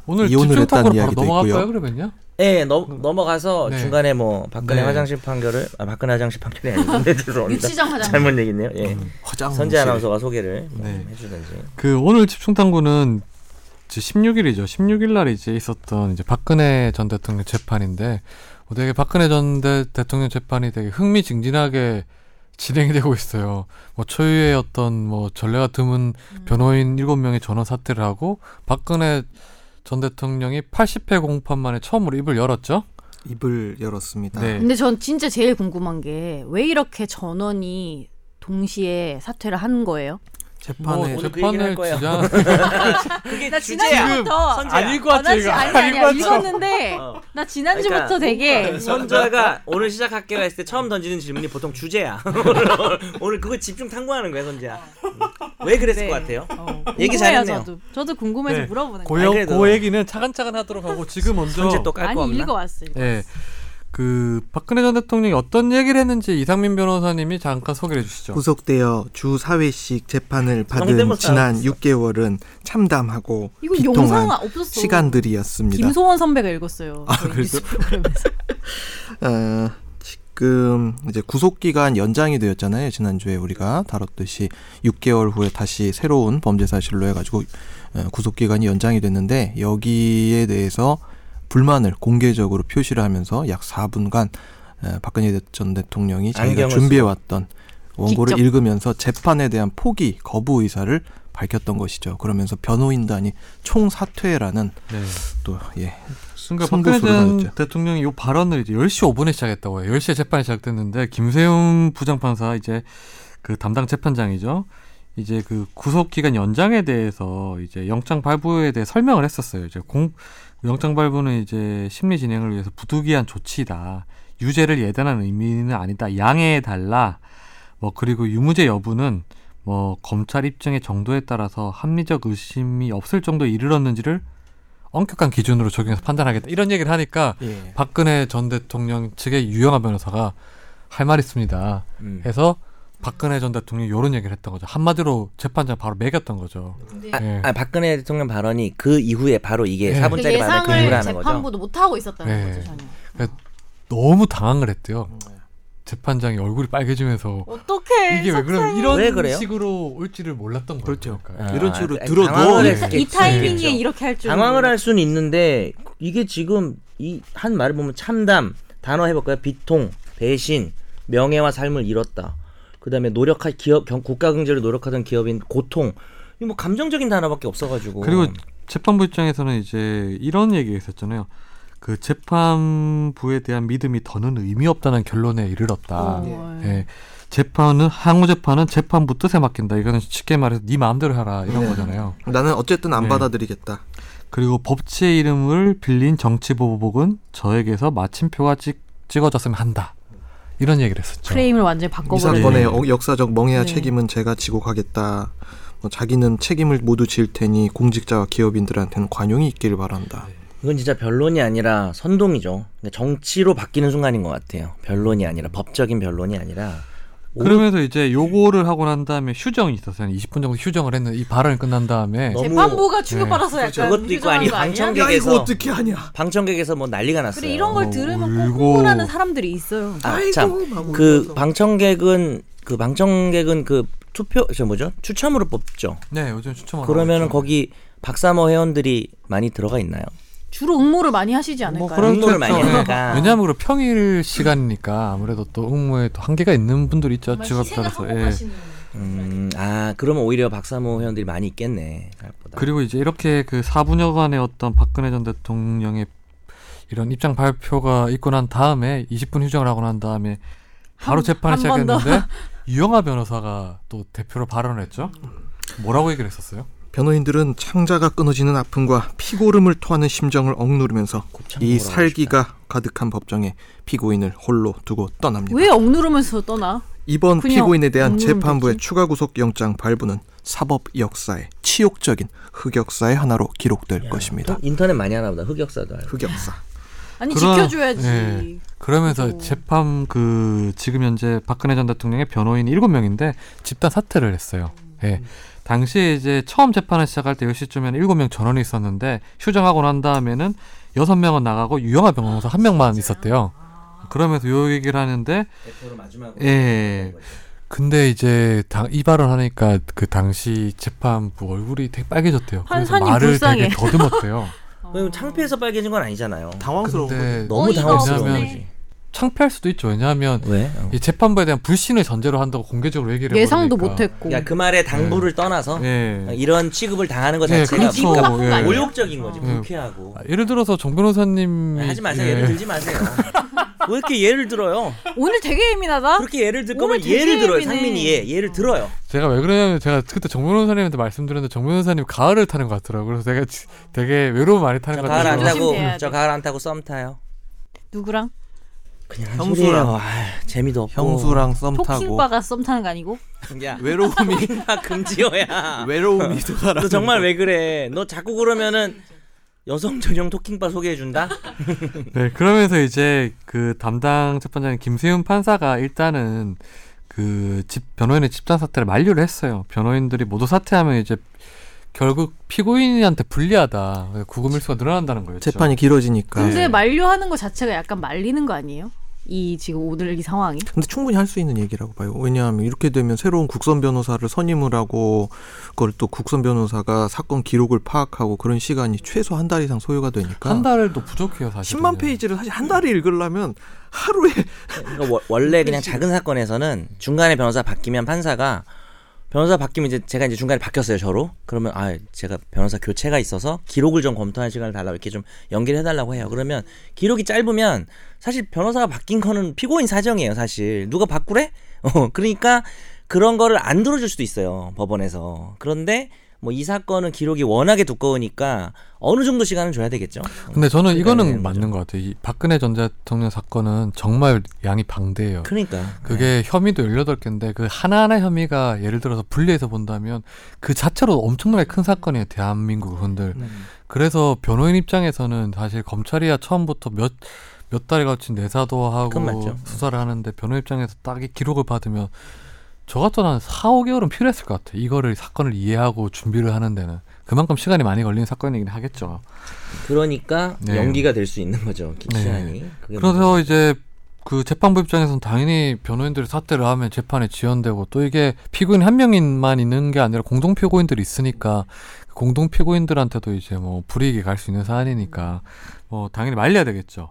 오늘 집중
이혼을
토크로
했다는
바로
이야기도
넘어갈까요
있고요.
그러면요?
예,
음.
넘 넘어가서
네.
중간에 뭐 박근혜
네.
화장실 판결을 아 박근혜 화장실 판결이 아닌데 죄송합니다.
육시장 화장.
잘못 얘기네요. 예.
화장
선재 아나운서가 소개를 뭐
네.
해주든지.
그 오늘 집중탐구는 16일이죠. 16일 날 이제 있었던 이제 박근혜 전 대통령 재판인데 어, 되게 박근혜 전 대, 대통령 재판이 되게 흥미진진하게 진행이 되고 있어요. 뭐 초유의 어떤 뭐 전례가 드문
음.
변호인 7명이 전원 사퇴를 하고 박근혜 전 대통령이 80회 공판 만에 처음으로 입을 열었죠.
입을 열었습니다.
네.
근데 전 진짜 제일 궁금한 게 왜 이렇게 전원이 동시에 사퇴를 한 거예요?
재판에
오늘 그 얘기를 할
뭐 재판을
거예요.
주장
그게
나
주제야.
지난주부터
선재야.
아닐 것 같아
나 지-
이거.
아니 그 아니
아닐
그 아니,
것 같아.
읽었는데
어.
나 지난주부터
그러니까
되게
선자가 오늘 시작할게요 했을 때 처음 던지는 질문이 보통 주제야. 오늘 그거 집중 탐구하는 거야, 선재야. 음. 왜 그랬을
네.
것 같아요?
어.
얘기
궁금해요,
잘했네요.
저도. 저도 궁금해서
네,
물어보는
고,
거예요.
여,
아, 그래도-
고 얘기는 차근차근 하도록 하고 지금 먼저
현재 또깔 거
많이
없나?
읽어왔어요.
예. 그 박근혜 전 대통령이 어떤 얘기를 했는지 이상민 변호사님이 잠깐 소개해 주시죠.
구속되어 주 4회씩 재판을
성대모사
받은 지난
하고 있어.
6개월은 참담하고
이거
비통한
영상 없었어.
시간들이었습니다.
김소원 선배가 읽었어요.
아,
저희
그래서?
뉴스 프로그램에서.
어, 지금 이제 구속 기간 연장이 되었잖아요. 지난주에 우리가 다뤘듯이 6개월 후에 다시 새로운 범죄 사실로 해가지고 어, 구속 기간이 연장이 됐는데 여기에 대해서 불만을 공개적으로 표시를 하면서 약 4분간 어, 박근혜 전 대통령이 자기가
안경을 쓰고.
준비해왔던 원고를
직접.
읽으면서 재판에 대한 포기 거부 의사를 밝혔던 것이죠. 그러면서 변호인단이 총 사퇴라는
네.
또 예,
그러니까 박근혜
승부수로
전
가졌죠.
대통령이 이 발언을 이제 10시 5분에 시작했다고 해요. 10시에 재판이 시작됐는데 김세웅 부장판사 이제 그 담당 재판장이죠. 이제 그 구속 기간 연장에 대해서 이제 영장 발부에 대해 설명을 했었어요. 이제 공 영장 발부는 이제 심리 진행을 위해서 부득이한 조치다. 유죄를 예단한 의미는 아니다. 양해해 달라. 뭐 그리고 유무죄 여부는 뭐 검찰 입증의 정도에 따라서 합리적 의심이 없을 정도에 이르렀는지를 엄격한 기준으로 적용해서 판단하겠다. 이런 얘기를 하니까
예.
박근혜 전 대통령 측의 유영아 변호사가 할 말 있습니다.
음.
해서 박근혜 전 대통령이 이런 얘기를 했던 거죠. 한마디로 재판장 바로 매겼던 거죠.
아,
네.
예.
아, 박근혜 대통령 발언이 그 이후에 바로 이게
예.
사 4분짜리 발언 그 이후라는
예상을
거죠.
재판부도 못 하고 있었다는
네.
거죠 전혀.
그래서 너무 당황을 했대요. 재판장이 얼굴이 빨개지면서
어떻게
이게 왜 그런 이런
왜 그래요?
식으로 올지를 몰랐던 거예요.
그렇죠.
그러니까.
이런 식으로
아,
들어
당황을
넣어.
했을
이
수
타이밍에
있겠죠.
이렇게 할 줄.
당황을 할 수는 있는데 이게 지금 이 한 말을 보면 참담 단어 해볼까요? 비통, 배신, 명예와 삶을 잃었다. 그다음에 노력할 기업 경- 국가 경제를 노력하던 기업인 고통. 이뭐 감정적인 단어밖에 없어가지고.
그리고 재판부 입장에서는 이제 이런 얘기 했었잖아요. 그 재판부에 대한 믿음이 더는 의미 없다는 결론에 이르렀다.
어,
예. 재판은 항우 재판은 재판부 뜻에 맡긴다. 이거는 쉽게 말해서 네 마음대로 하라 이런 거잖아요.
나는 어쨌든 안
네.
받아들이겠다.
그리고 법치의 이름을 빌린 정치 보복은 저에게서 마침표가 찍, 찍어졌으면 한다. 이런 얘기를 했었죠.
프레임을 완전히
이
바꿔버려.
거네.
사건의 어- 역사적 멍해와
네.
책임은 제가 지고 가겠다. 뭐 자기는 책임을 모두 질 테니 공직자와 기업인들한테는 관용이 있기를 바란다.
이건 진짜 변론이 아니라 선동이죠. 그러니까 정치로 바뀌는 순간인 것 같아요. 변론이 아니라 법적인 변론이 아니라.
그러면서 이제 요거를 하고 난 다음에 휴정이 있었어요. 20분 정도 휴정을 했는데 이 발언이 끝난 다음에
너무-
재판부가 충격받아서 약간
저것도 있고 아니
휴전한 거 그러니까 아니야?
방청객에서
하냐?
방청객에서 뭐 난리가 났어요.
그래 이런 걸
어,
들으면
울고.
꼭 흥분하는 사람들이 있어요.
아, 참. 그 방청객은 그 방청객은 그 투표 저 뭐죠? 추첨으로 뽑죠.
네 요즘 추천
그러면은 거기 박사모 회원들이 많이 들어가 있나요?
주로 응모를 많이 하시지 않을까요?
뭐 그런- 운동을 많이 하니까.
왜냐하면 그리고 평일 시간이니까 아무래도 또 응모에 또 한계가 있는 분들이 있죠 직업 따라서 예.
음, 아 그러면 오히려 박사모 회원들이 많이 있겠네. 생각보다.
그리고 이제 이렇게 그 4분여간의 어떤 박근혜 전 대통령의 이런 입장 발표가 있고 난 다음에 20분 휴정을 하고 난 다음에 바로
한-
재판이
한번 더.
시작했는데 유영아 변호사가 또 대표로 발언을 했죠. 뭐라고 얘기를 했었어요?
변호인들은 창자가 끊어지는 아픔과 피고름을 토하는 심정을 억누르면서
곱창
이
먹으러 가고
살기가 가득한 법정에 피고인을 홀로 두고 떠납니다.
왜 억누르면서 떠나?
이번
그냥
피고인에 대한
먹는
재판부의
거지?
추가 구속 영장 발부는 사법 역사의 치욕적인 흑역사의 하나로 기록될 것입니다.
흑- 그 인터넷 많이 하나 보다. 흑역사도 알고.
흑역사.
아니
그럼-
지켜줘야지.
예. 그러면서
오.
재판 그 지금 현재 박근혜 전 대통령의 변호인 7명인데 집단 사퇴를 했어요. 예.
음.
당시에 이제 처음 재판을 시작할 때 10시쯤에는 7명 전원이 있었는데 휴정하고 난 다음에는 6명은 나가고 유영아 변호사 한 명만 있었대요.
아.
그러면서 요 얘기를 하는데
대표로 마지막으로.
예. 근데 이제 당, 이 발언 하니까 그 당시 재판부 얼굴이 되게 빨개졌대요. 그래서
환상이
말을
불쌍해.
되게 더듬었대요.
어.
그럼 창피해서 빨개진 건 아니잖아요.
당황스러운
근데
너무
어이가
당황스러운
없네.
거지.
창피할 수도 있죠. 왜냐하면
네.
왜? 어.
이 재판부에 대한 불신을 전제로 한다고 공개적으로 얘기를
예상도
해버리니까.
못했고.
야그 말에 당부를 떠나서
예.
이런 취급을 당하는 것
네,
자체가
그렇죠.
뭔가
예.
모욕적인 거지.
예.
불쾌하고.
아, 예를 들어서 정 변호사님이
네, 하지 마세요.
네.
예.
예를 들지 마세요. 왜 이렇게 예를 들어요?
오늘 되게 예민하다.
그렇게 예를 들
오늘
거면
되게
예를 들어요.
예민해.
상민이 예, 예를 들어요.
제가 왜 그러냐면 제가 그때 정 변호사님한테 말씀드렸는데 정 변호사님 가을을 타는 것 같더라고요. 그래서 제가 지- 되게 외로움 많이 타는
저
것
가을 안
같아서
조심-
타고
조심해야
저
돼.
가을 안 타고 썸 타요.
누구랑?
그냥 한
형수랑-
소리예요. 아유, 재미도 없고.
형수랑 썸
어.
타고
토킹바가 썸 타는 거 아니고?
야,
외로움이
야 금지어야.
아. 외로움이 도가라.
너 정말 왜 그래? 너 자꾸 그러면은 여성 전용 토킹바 소개해 준다.
네, 그러면서 이제 그 담당 재판장인 김세윤 판사가 일단은 그 집 변호인의 집단 사퇴를 만료를 했어요. 변호인들이 모두 사퇴하면 이제 결국 피고인한테 불리하다. 구금일수가 늘어난다는 거예요.
재판이
네.
길어지니까.
근데
네.
만료하는 거 자체가 약간 말리는 거 아니에요? 이 지금 오늘 이 상황이?
근데 충분히 할 수 있는 얘기라고 봐요. 왜냐하면 이렇게 되면 새로운 국선 변호사를 선임을 하고 그걸 또 국선 변호사가 사건 기록을 파악하고 그런 시간이 최소 한 달 이상 소요가 되니까
한 달도 부족해요, 사실.
10만 페이지를 사실 한 달에 읽으려면 하루에
그러니까 워- 원래 그냥 작은 사건에서는 중간에 변호사 바뀌면 판사가 변호사 바뀌면 이제 제가 이제 중간에 바뀌었어요 저로 그러면 아 제가 변호사 교체가 있어서 기록을 좀 검토할 시간을 달라고 이렇게 좀 연기를 해달라고 해요 그러면 기록이 짧으면 사실 변호사가 바뀐 거는 피고인 사정이에요 사실 누가 바꾸래 어 그러니까 그런 거를 안 들어줄 수도 있어요 법원에서 그런데 뭐 이 사건은 기록이 워낙에 두꺼우니까 어느 정도 시간은 줘야 되겠죠
근데 저는 이거는
네, 그러니까요.
맞는 것 같아요. 이 박근혜 전 대통령 사건은 정말 양이 방대해요.
그러니까
그게 혐의도 18개인데 그 하나하나 혐의가 예를 들어서 분리해서 본다면 그 자체로 엄청나게 큰 사건이에요. 대한민국 흔들.
네.
그래서 변호인 입장에서는 사실 검찰이야 처음부터 몇, 몇 달에 걸친 내사도
그건
하고
맞죠.
수사를 하는데 변호인 입장에서 딱 이 기록을 받으면 저 같은 한 4, 5개월은 필요했을 것 같아요. 이거를 사건을 이해하고 준비를 하는 데는. 그만큼 시간이 많이 걸리는 사건이긴 하겠죠.
그러니까
네.
연기가 될 수 있는 거죠 기-
네.
시간이 그게 뭐
그래서 이제 그 재판부 입장에서는 당연히 변호인들이 사퇴를 하면 재판이 지연되고 또 이게 피고인 한 명만 있는 게 아니라 공동 피고인들이 있으니까 그 공동 피고인들한테도 이제 뭐 불이익이 갈 수 있는 사안이니까 뭐 당연히 말려야 되겠죠.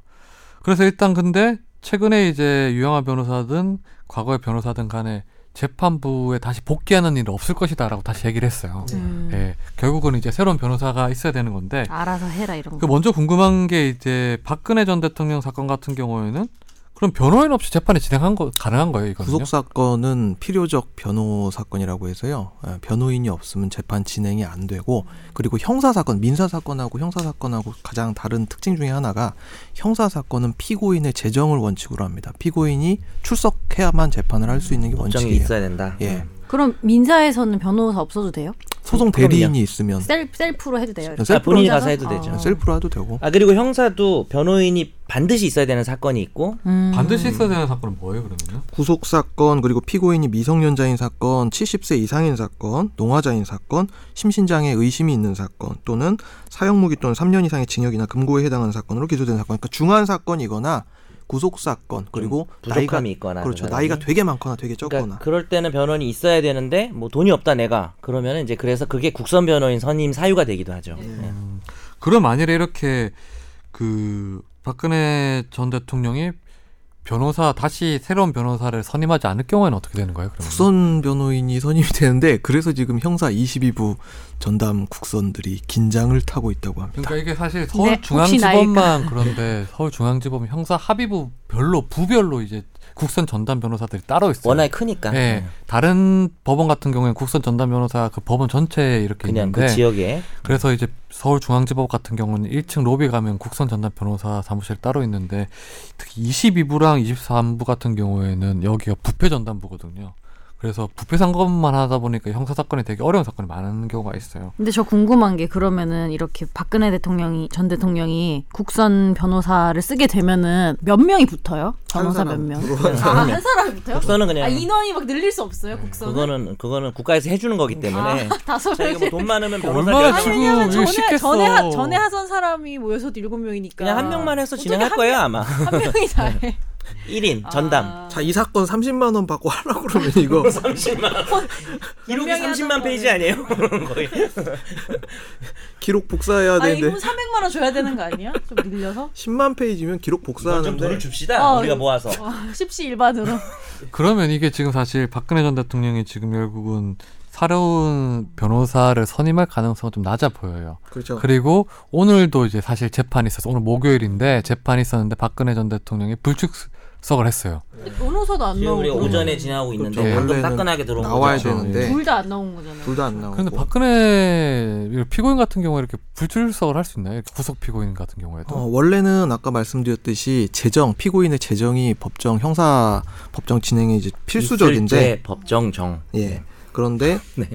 그래서 일단 근데 최근에 이제 유영아 변호사든 과거의 변호사든 간에 재판부에 다시 복귀하는 일은 없을 것이다라고 다시 얘기를 했어요.
네.
음,
예, 결국은 이제 새로운 변호사가 있어야 되는 건데
알아서 해라 이런
그
뭐
거.
먼저 궁금한 게 이제 박근혜 전 대통령 사건 같은 경우에는 그럼 변호인 없이 재판이 진행한 거 가능한 거예요 이거는요?
구속 사건은 필요적 변호 사건이라고 해서요. 아, 변호인이 없으면 재판 진행이 안 되고 그리고 형사 사건, 민사 사건하고 형사 사건하고 가장 다른 특징 중에 하나가 형사 사건은 피고인의 재정을 원칙으로 합니다. 피고인이 출석해야만 재판을 할 수 있는 게
음, 법정이
원칙이에요.
있어야 음. 된다.
예.
그럼 민사에서는 변호사 없어도 돼요?
소송 대리인이 있으면
셀, 셀프로 해도 돼요?
셀프로- 어.
아, 본인이
혼자서?
가서 해도
아.
되죠.
셀프로 해도 되고
아 그리고 형사도 변호인이 반드시 있어야 되는 사건이 있고
음.
반드시 있어야 되는 사건은 뭐예요 그러면요?
구속 사건 그리고 피고인이 미성년자인 사건, 70세 이상인 사건, 농화자인 사건, 심신장애 의심이 있는 사건 또는 사형무기 또는 3년 이상의 징역이나 금고에 해당하는 사건으로 기소된 사건, 그러니까 중한 사건이거나 구속 사건 그리고 나이가
음, 부족함이 있거나
그렇죠
하는
나이가
사람이.
되게 많거나 되게 적거나
그러니까 그럴 때는 변호인이 있어야 되는데 뭐 돈이 없다 내가 그러면은 이제 그래서 그게 국선 변호인 선임 사유가 되기도 하죠. 예.
그럼 만일에 이렇게 그 박근혜 전 대통령이 변호사 다시 새로운 변호사를 선임하지 않을 경우에는 어떻게 되는 거예요? 그러면
국선 변호인이 선임이 되는데 그래서 지금 형사 22부 전담 국선들이 긴장을 타고 있다고 합니다.
그러니까 이게 사실
네, 혹시
서울중앙지법만 그런데 서울중앙지법 형사 합의부 별로 부별로 이제 국선 전담 변호사들이 따로 있어요.
워낙 크니까
네.
예.
예.
다른 법원 같은 경우에는 국선 전담 변호사 그 법원 전체에 이렇게
그냥
있는데
그 지역에
그래서 이제 서울중앙지법 같은 경우는 1층 로비 가면 국선 전담 변호사 사무실 따로 있는데 특히 22부랑 23부 같은 경우에는 여기가 부패 전담부거든요. 그래서 부패 사건만 하다 보니까 형사 사건이 되게 어려운 사건이 많은 경우가 있어요.
근데 저 궁금한 게 그러면은 이렇게 박근혜 대통령이 전 대통령이 국선 변호사를 쓰게 되면은 몇 명이 붙어요? 변호사 몇 명? 아한 사람이 붙어요?
국선은 그냥
아 인원이 막 늘릴 수 없어요 국선은?
그거는 그거는 국가에서 해주는 거기 때문에
다섯
자기가 뭐
명이
돈 많으면
얼마나
변호사
지금
아니, 왜냐면
이거
전에
쉽겠어.
전에 하, 전에 하선 사람이 모여서 일곱 명이니까
그냥 한 명만 해서
어떻게
진행할
한
거예요 아마
명- 한 명이 다해.
1인 전담
아.
자, 이 사건 30만 원 받고 하라고 그러면 이거
30만 기록이
명이 어, 하던
30만 페이지
거는.
아니에요 거의
기록 복사해야
아니
되는데
그럼 300만 원 줘야 되는 거 아니야? 좀 늘려서?
10만 페이지면 기록
이건 좀 돈을
복사하는데
줍시다
어,
우리가
이거-
모아서
와, 십시 일반으로.
그러면 이게 지금 사실 박근혜 전 대통령이 지금 결국은 새로운 변호사를 선임할 가능성은 좀 낮아 보여요.
그렇죠.
그리고 오늘도 이제 사실 재판이 있어서 오늘 목요일인데 재판이 있었는데 박근혜 전 대통령이 불출 출석을 했어요.
변호사도 안
네. 지금 우리
나오고 네.
오전에 지나고 있는데
그렇죠.
방금
원래는
따끈하게 들어온
나와야
거죠. 예.
되는데
둘 다 안 나온 거잖아요.
둘 다 안 나오고.
어.
그런데 박근혜 피고인 같은 경우에 이렇게 불출석을 할 수 있나요? 이렇게 구속 피고인 같은 경우에도
어, 원래는 아까 말씀드렸듯이 재정 피고인의 재정이 법정 형사 법정 진행에 이제 필수적인데
이슬재 법정정.
예. 그런데
네.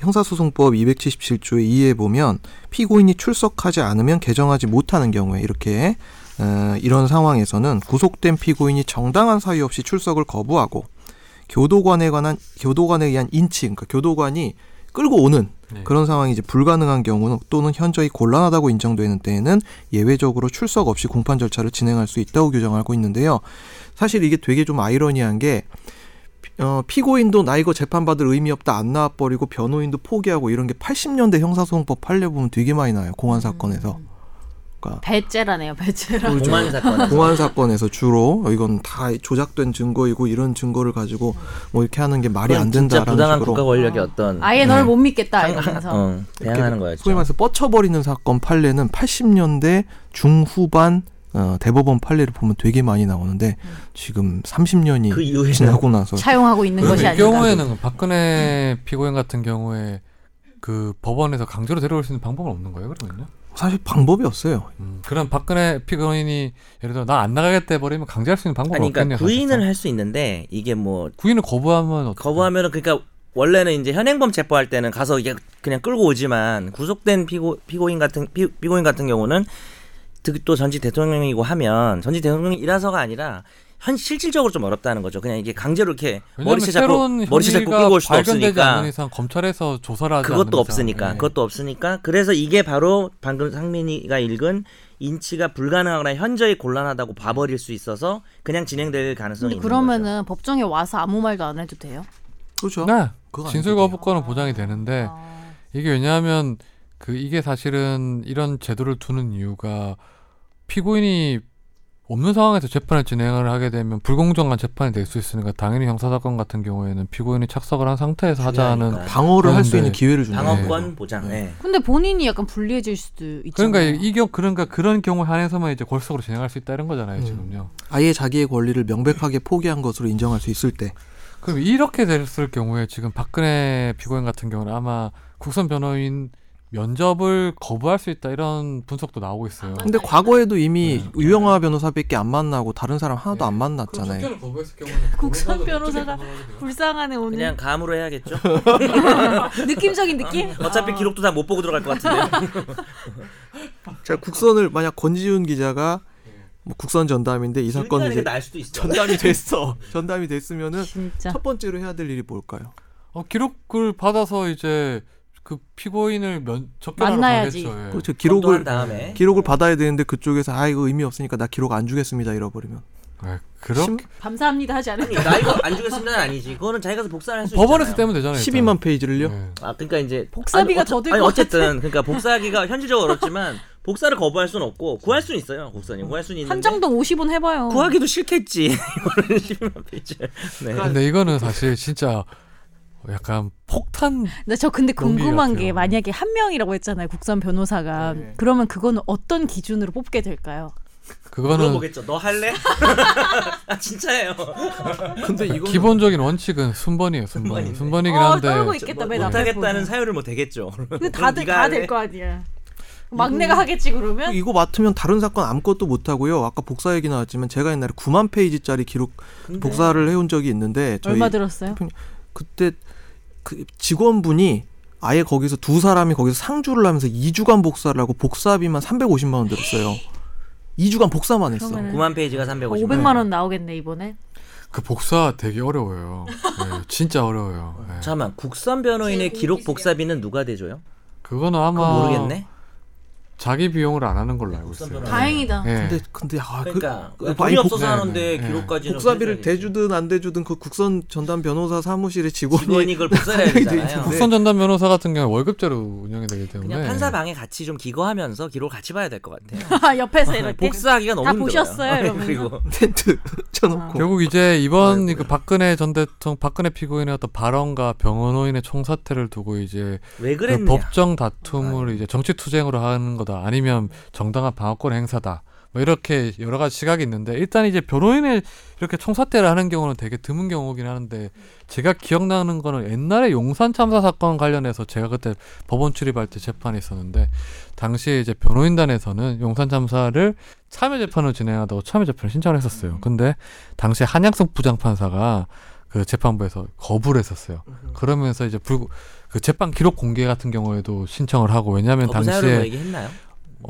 형사소송법 277조의 2에 보면 피고인이 출석하지 않으면 개정하지 못하는 경우에 이렇게 어, 이런 상황에서는 구속된 피고인이 정당한 사유 없이 출석을 거부하고 교도관에 관한 교도관에 의한 인치 그러니까 교도관이 끌고 오는
네.
그런 상황이 이제 불가능한 경우는 또는 현저히 곤란하다고 인정되는 때에는 예외적으로 출석 없이 공판 절차를 진행할 수 있다고 규정하고 있는데요. 사실 이게 되게 좀 아이러니한 게 어, 피고인도 나 이거 재판받을 의미 없다 안 나와버리고 변호인도 포기하고 이런 게 80년대 형사소송법 판례 보면 되게 많이 나와요 공안 사건에서
음.
그러니까
배째라네요, 배째라.
공안 사건.
그렇죠. 공안 사건에서 주로 이건 다 조작된 증거이고 이런 증거를 가지고 뭐 이렇게 하는 게 말이 안
진짜
된다라는
부당한
식으로
국가 권력의 어떤
음. 아예 아, 널 못 믿겠다 이러면서.
어, 대항하는
소위
거였죠.
말해서 뻗쳐버리는 사건 판례는 80년대 중후반 어, 대법원 판례를 보면 되게 많이 나오는데 지금 30년이
그 이후에
지나고 나서
차용하고 있는
이
어. 그러니까 것이 음. 아니라.
경우에는 박근혜 피고인 같은 경우에 그 법원에서 강제로 데려올 수 있는 방법은 없는 거예요, 그러면요?
사실 방법이 없어요.
음, 그럼 박근혜 피고인이 예를 들어 나 안 나가겠다 해버리면 강제할 수 있는 방법은
아니 그러니까
없겠네요.
구인을
사실상.
할 수 있는데 이게 뭐
구인을 거부하면 어떡해요?
거부하면은 그러니까 원래는 이제 현행범 체포할 때는 가서 이게 그냥 끌고 오지만 구속된 피고 피고인 같은 피, 고인 같은 경우는 특히 또 전직 대통령이고 하면 전직 대통령이라서가 아니라 현 실질적으로 좀 어렵다는 거죠. 그냥 이게 강제로 이렇게
왜냐면
머리채 잡고
새로운
머리채 잡고
혐의가
끌고 올 수도
발견되지
없으니까
않는 이상 검찰에서 조사를 하지 않는
그것도
이상.
없으니까
예.
그것도 없으니까 그래서 이게 바로 방금 상민이가 읽은 인치가 불가능하거나 현저히 곤란하다고 봐버릴 수 있어서 그냥 진행될 가능성이
근데
있는 거죠.
그러면은 법정에 와서 아무 말도 안 해도 돼요?
그렇죠. 어. 그거
네,
안
진술
돼요.
거부권은 보장이 되는데
아.
이게 왜냐하면 그 이게 사실은 이런 제도를 두는 이유가 피고인이 없는 상황에서 재판을 진행을 하게 되면 불공정한 재판이 될 수 있으니까 당연히 형사 사건 같은 경우에는 피고인이 착석을 한 상태에서 하자는
중요하니까.
방어를 할 수 있는
그런데
기회를 주는
네. 방어권
거예요.
그러니까 보장.
네.
네.
근데 본인이 약간 불리해질 수도 있잖아요.
그러니까
그렇죠.
이겨 그러니까 그런 경우 에 한해서만 이제 골석으로 진행할 수 있다는 거잖아요
음.
지금요.
아예 자기의 권리를 명백하게 포기한 것으로 인정할 수 있을 때
그럼 이렇게 됐을 경우에 지금 박근혜 피고인 같은 경우는 아마 국선 변호인 면접을 거부할 수 있다 이런 분석도 나오고
아,
있어요.
근데
네.
과거에도 이미 유영아 변호사밖에 안 만나고 다른 사람
네.
하나도 안
그렇죠.
만났잖아요.
거부했을 경우는
국선 변호사가 불쌍하네 오늘.
그냥 감으로 해야겠죠.
느낌적인 느낌?
어차피
아.
기록도 다 못 보고 들어갈 것 같은데.
자 국선을 만약 권지훈 기자가 뭐 국선 전담인데 그러니까 이 사건을 이제
날 수도 있어.
전담이 됐어. 전담이 됐으면은
아, 진짜.
첫 번째로 해야 될 일이 뭘까요?
어, 기록을 받아서 이제 그 피고인을 면 접견하러
만나야지.
가겠죠. 예.
그렇죠. 기록을
기록을 다음에
기록을 받아야 되는데 그쪽에서 아 이거 의미 없으니까 나 기록 안 주겠습니다 잃어버리면
뭐
예,
그렇죠?
그렇게
감사합니다 하지 않으면
아니, 나 이거 안 주겠습니다는 아니지. 그거는 자기가 서 복사할 수
법원에서
있잖아요.
떼면 되잖아요. 일단.
12만 페이지를요.
예.
아 그러니까 이제
복사비가
아니,
더
어째-
들
아니
것
어쨌든 그러니까 복사하기가 현실적으로 어렵지만 복사를 거부할 수는 없고 구할 수는 있어요. 국선이 구할 수는 있는데
한정동 50원 해봐요.
구하기도 싫겠지. 이거는 10만 페이지. 네.
근데 이거는 사실 진짜 약간 폭탄
나 저 근데
논리
궁금한
같아요.
게 만약에 한 명이라고 했잖아요 국선 변호사가
네,
그러면 그거는 어떤 기준으로 뽑게 될까요?
그거는
물어보겠죠. 너 할래? 아 진짜예요.
근데
기본적인 원칙은 순번이에요. 순번.
순번이네.
순번이긴
어
한데
떨고
뭐,
있겠다 왜 남의
못하겠다는
폰을.
사유를 뭐 되겠죠.
근데 다들 다 될 거 아니야. 막내가 하겠지 그러면
이거 맡으면 다른 사건 아무것도 못 하고요. 아까 복사 얘기 나왔지만 제가 옛날에 9만 페이지짜리 기록 복사를 해온 적이 있는데 저희
얼마 들었어요?
그때 그 직원분이 아예 거기서 두 사람이 거기서 상주를 하면서 2주간 복사를 하고 복사비만 350만 원 들었어요. 2주간 복사만 했어.
그러면은
9만 페이지가 350.
500만 원 나오겠네 이번에.
그 복사 되게 어려워요. 예, 진짜 어려워요. 예.
잠깐만 국선 변호인의 기록 복사비는 누가 대줘요?
그거는 아마
모르겠네. 네,
자기 비용을 안 하는 걸로 알고
국선
있어요.
변호사.
다행이다.
예.
근데 근데 아 그-
네. 그러니까
그,
돈이
아니, 복-
네,
없어서 하는데
네.
기록까지는
복사비를
해줘야지.
대주든 안 대주든 그 국선 전담 변호사 사무실의 직원이
직원이 이걸 복사해야
사장이 돼
되잖아요.
있는데.
국선 전담 변호사 같은 경우 는 월급제로 운영이 되기 때문에
그냥 판사 방에 같이 좀 기거하면서 기록을 같이 봐야 될 것 같아요.
옆에서
네,
이렇게
복사하기가 너무
다
힘들어요.
보셨어요, 이러면서?
그리고
텐트 쳐놓고
결국 이제 이번 그 박근혜 전 대통령 박근혜 피고인의 어떤 발언과 변호인의 총사태를 두고 이제
왜
그
그랬냐?
법정 다툼을 이제 정치 투쟁으로 하는 거다 아니면 정당한 방어권 행사다 뭐 이렇게 여러 가지 시각이 있는데 일단 이제 변호인을 이렇게 총사태를 하는 경우는 되게 드문 경우긴 하는데 제가 기억나는 거는 옛날에 용산 참사 사건 관련해서 제가 그때 법원 출입할 때 재판이 있었는데 당시에 이제 변호인단에서는 용산 참사를 참여 재판을 진행하다고 참여 재판을 신청을 했었어요. 근데 당시에 한양성 부장판사가 그 재판부에서 거부를 했었어요. 그러면서 이제 불, 그 재판 기록 공개 같은 경우에도 신청을 하고 왜냐하면
거부사유로 뭐
당시에
얘기했나요?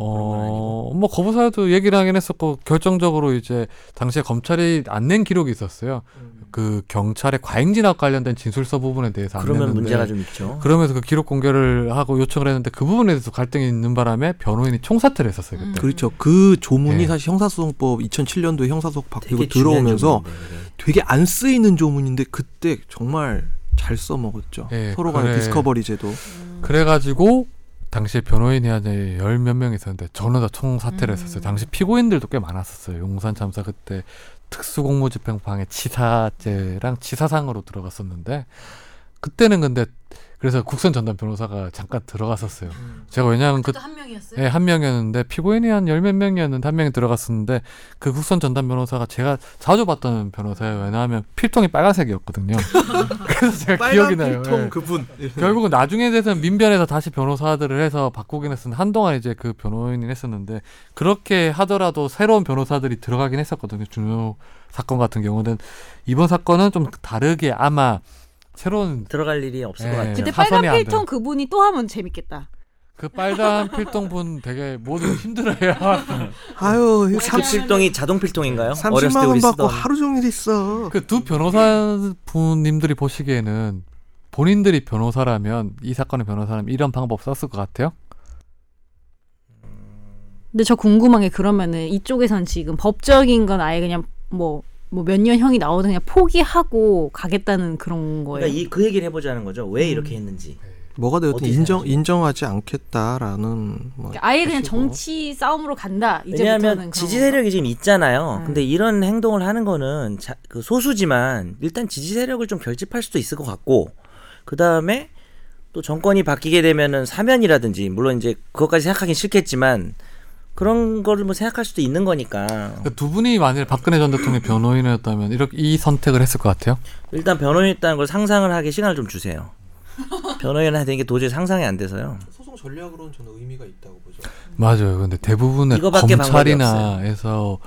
어, 뭐 거부사유도 얘기를 하긴 했었고 결정적으로 이제 당시에 검찰이 안 낸 기록이 있었어요.
음.
그 경찰의 과잉 진압 관련된 진술서 부분에 대해서 안
그러면
냈는데
문제가 좀 있죠.
그러면서 그 기록 공개를 하고 요청을 했는데 그 부분에 대해서 갈등이 있는 바람에 변호인이 총사퇴를 했었어요 그때.
그렇죠. 그 조문이
아. 네.
사실 형사소송법 2007년도에 형사소송 바뀌고
되게 중요한
들어오면서 네.
점인데, 그게.
되게 안 쓰이는 조문인데 그때 정말 잘 써먹었죠.
네,
서로 간에
그래.
디스커버리 제도.
그래가지고 당시 변호인이 한열몇 명 있었는데 전부 다 총사퇴를
음.
했었어요. 당시 피고인들도 꽤 많았었어요. 용산 참사 그때 특수공무집행방해 치사죄랑 치사상으로 들어갔었는데 그때는 근데 그래서 국선 전담 변호사가 잠깐 들어갔었어요. 제가 왜냐하면 그
음. 그것도 한 명이었어요.
네,
예, 한 명이었는데 피고인이 한 열 몇 명이었는데 한 명이 들어갔었는데 그 국선 전담 변호사가 제가 자주 봤던 변호사예요. 왜냐하면 필통이 빨간색이었거든요. 그래서 제가 기억이 나요. 예.
그분.
결국은 나중에 대해서는 민변에서 다시 변호사들을 해서 바꾸긴 했었는데 한동안 이제 그 변호인을 했었는데 그렇게 하더라도 새로운 변호사들이 들어가긴 했었거든요. 중요 사건 같은 경우는 이번 사건은 좀 다르게 아마 새로운
들어갈 일이 없을
네.
예.
것 같아요.
그때
파선이
빨간
안
필통
돼요.
그분이 또 하면 재밌겠다.
그 빨간 필통 분 되게 모두 힘들어요.
아유,
삼-
필통이 자동 필통인가요? 어렸을
30만
때
원
우리
받고
쓰던
하루 종일 있어.
그 두 변호사 분님들이 보시기에는 본인들이 변호사라면 이 사건의 변호사라면 이런 방법 썼을 것 같아요.
근데 저 궁금한 게 그러면은 이쪽에선 지금 법적인 건 아예 그냥 뭐 뭐 몇 년 형이 나오든 그냥 포기하고 가겠다는 그런 거예요.
그러니까 이 그 얘기를 해보자는 거죠. 왜 이렇게
음.
했는지.
뭐가 되었든
어디
인정
있어야지.
인정하지 않겠다라는 뭐
그러니까 아예 그냥
뜻이고.
정치 싸움으로 간다. 이제부터는
왜냐하면
그런
지지
건가?
세력이 지금 있잖아요.
음.
근데 이런 행동을 하는 거는 자- 그 소수지만 일단 지지 세력을 좀 결집할 수도 있을 것 같고 그 다음에 또 정권이 바뀌게 되면은 사면이라든지 물론 이제 그것까지 생각하긴 싫겠지만 그런 거를 뭐 생각할 수도 있는 거니까
그 두 분이 만일 박근혜 전 대통령 변호인이었다면 이렇게 이 선택을 했을 것 같아요.
일단 변호인이라는 걸 상상을 하기 시간을 좀 주세요. 변호인을 하는 게 도저히 상상이 안 돼서요.
소송 전략으로는 저는 의미가 있다고 보죠.
맞아요. 근데 대부분의
이거밖에 방법이
검찰이나 에서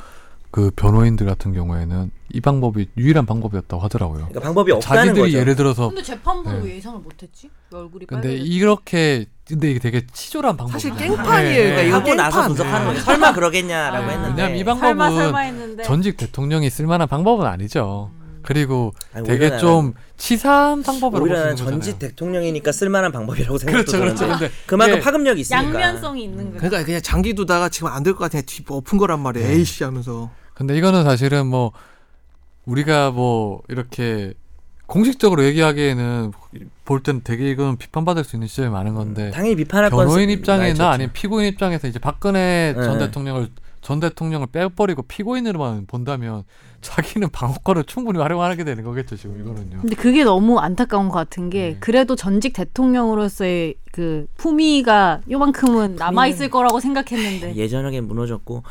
그 변호인들 같은 경우에는 이 방법이 유일한 방법이었다고 하더라고요.
그러니까 방법이 없다는
자기들이
거죠.
예를 들어서
근데 재판부는
네.
왜 예상을 못했지? 왜 얼굴이
근데
빨개졌지?
이렇게 근데 이게 되게 치졸한 네. 방법
사실 깽판이에요. 그러니까 이거
하고 나서
깽판.
분석하는
네.
거예요. 설마 그러겠냐라고
아,
했는데
왜냐면 이
설마
방법은
설마 했는데
네. 전직 대통령이 쓸만한 방법은 아니죠.
음.
그리고
아니,
되게
오히려
좀 치사한 방법으로
오히려
보시는
나는
거잖아요.
전직 대통령이니까 쓸만한 방법이라고
그렇죠,
생각도 드는데
그렇죠. 근데
그만큼
이게
파급력이 있으니까
양면성이 있는
음.
거예요.
그러니까 그냥 장기 두다가 지금 안 될 것 같으니까 뒤 엎은 거란 말이에요. 에이씨 하면서.
근데 이거는 사실은 뭐 우리가 뭐 이렇게 공식적으로 얘기하기에는 볼 땐 되게 이건 비판받을 수 있는 시점이 많은 건데
당연히 비판할 건
변호인
쓰-
네. 입장이나
나이
아니면 피고인 입장에서 이제 박근혜 전
네.
대통령을 전 대통령을 빼버리고 피고인으로만 본다면 자기는 방어권을 충분히 활용하게 되는 거겠죠 지금 이거는요.
근데 그게 너무 안타까운 것 같은 게 그래도 전직 대통령으로서의 그 품위가 요만큼은 남아 있을 거라고 생각했는데
그렇죠. 예전하게 무너졌고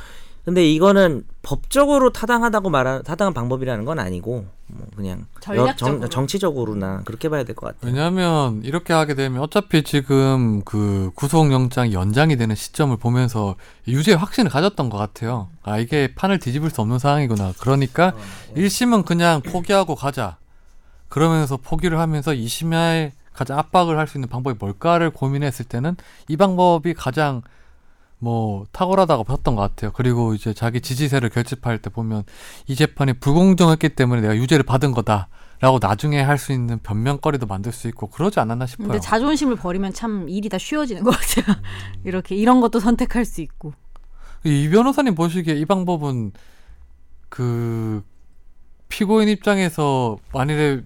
근데 이거는 법적으로 타당하다고 말하 타당한 방법이라는 건 아니고 뭐 그냥
전략적으로.
정, 치적으로나 그렇게 봐야 될 것 같아요.
왜냐하면 이렇게 하게 되면 어차피 지금 그 구속영장 연장이 되는 시점을 보면서 유죄 확신을 가졌던 것 같아요. 아 이게 판을 뒤집을 수 없는 상황이구나.
어,
그러니까
네.
1심은 그냥 포기하고 가자. 그러면서 포기를 하면서 2심에 가장 압박을 할 수 있는 방법이 뭘까를 고민했을 때는 이 방법이 가장 뭐 탁월하다고 봤던 것 같아요. 그리고 이제 자기 지지세를 결집할 때 보면 이 재판이 불공정했기 때문에 내가 유죄를 받은 거다라고 나중에 할 수 있는 변명거리도 만들 수 있고 그러지 않았나 싶어요.
근데 자존심을 버리면 참 일이 다 쉬워지는 것 같아요. 이렇게 이런 것도 선택할 수 있고
이 변호사님 보시기에 이 방법은 그 피고인 입장에서 만일에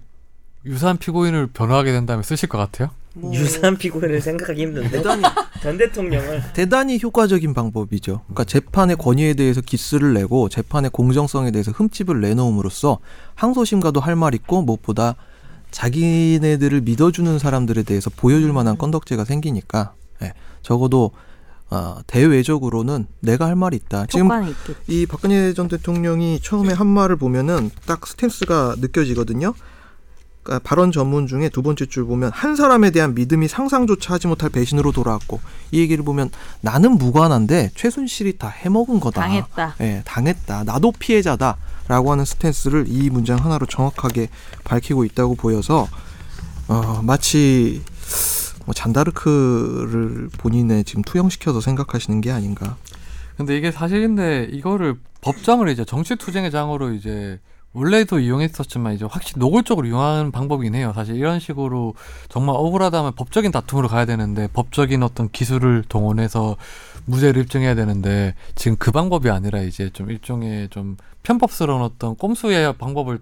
유사한 피고인을 변호하게 된다면 쓰실 것 같아요?
뭐.
유사한 피고인을 생각하기 힘든데
대단히
전 대통령을
대단히 효과적인 방법이죠. 그러니까 재판의 권위에 대해서 기스를 내고 재판의 공정성에 대해서 흠집을 내놓음으로써 항소심과도 할 말 있고 무엇보다 자기네들을 믿어주는 사람들에 대해서 보여줄 만한 건덕지가 생기니까 예, 적어도 아, 대외적으로는 내가 할 말이 있다. 지금
효과는 있겠.
이 박근혜 전 대통령이 처음에 한 말을 보면은 딱 스탠스가 느껴지거든요. 그러니까 발언 전문 중에 두 번째 줄 보면 한 사람에 대한 믿음이 상상조차 하지 못할 배신으로 돌아왔고 이 얘기를 보면 나는 무관한데 최순실이 다 해먹은 거다.
당했다.
예, 당했다. 나도 피해자다. 라고 하는 스탠스를 이 문장 하나로 정확하게 밝히고 있다고 보여서 어, 마치 뭐 잔다르크를 본인의 지금 투영시켜서 생각하시는 게 아닌가
근데 이게 사실인데 이거를 법정을 이제 정치투쟁의 장으로 이제 원래도 이용했었지만 이제 확실히 노골적으로 이용하는 방법이긴 해요. 사실 이런 식으로 정말 억울하다면 법적인 다툼으로 가야 되는데 법적인 어떤 기술을 동원해서 무죄를 입증해야 되는데 지금 그 방법이 아니라 이제 좀 일종의 좀 편법스러운 어떤 꼼수의 방법을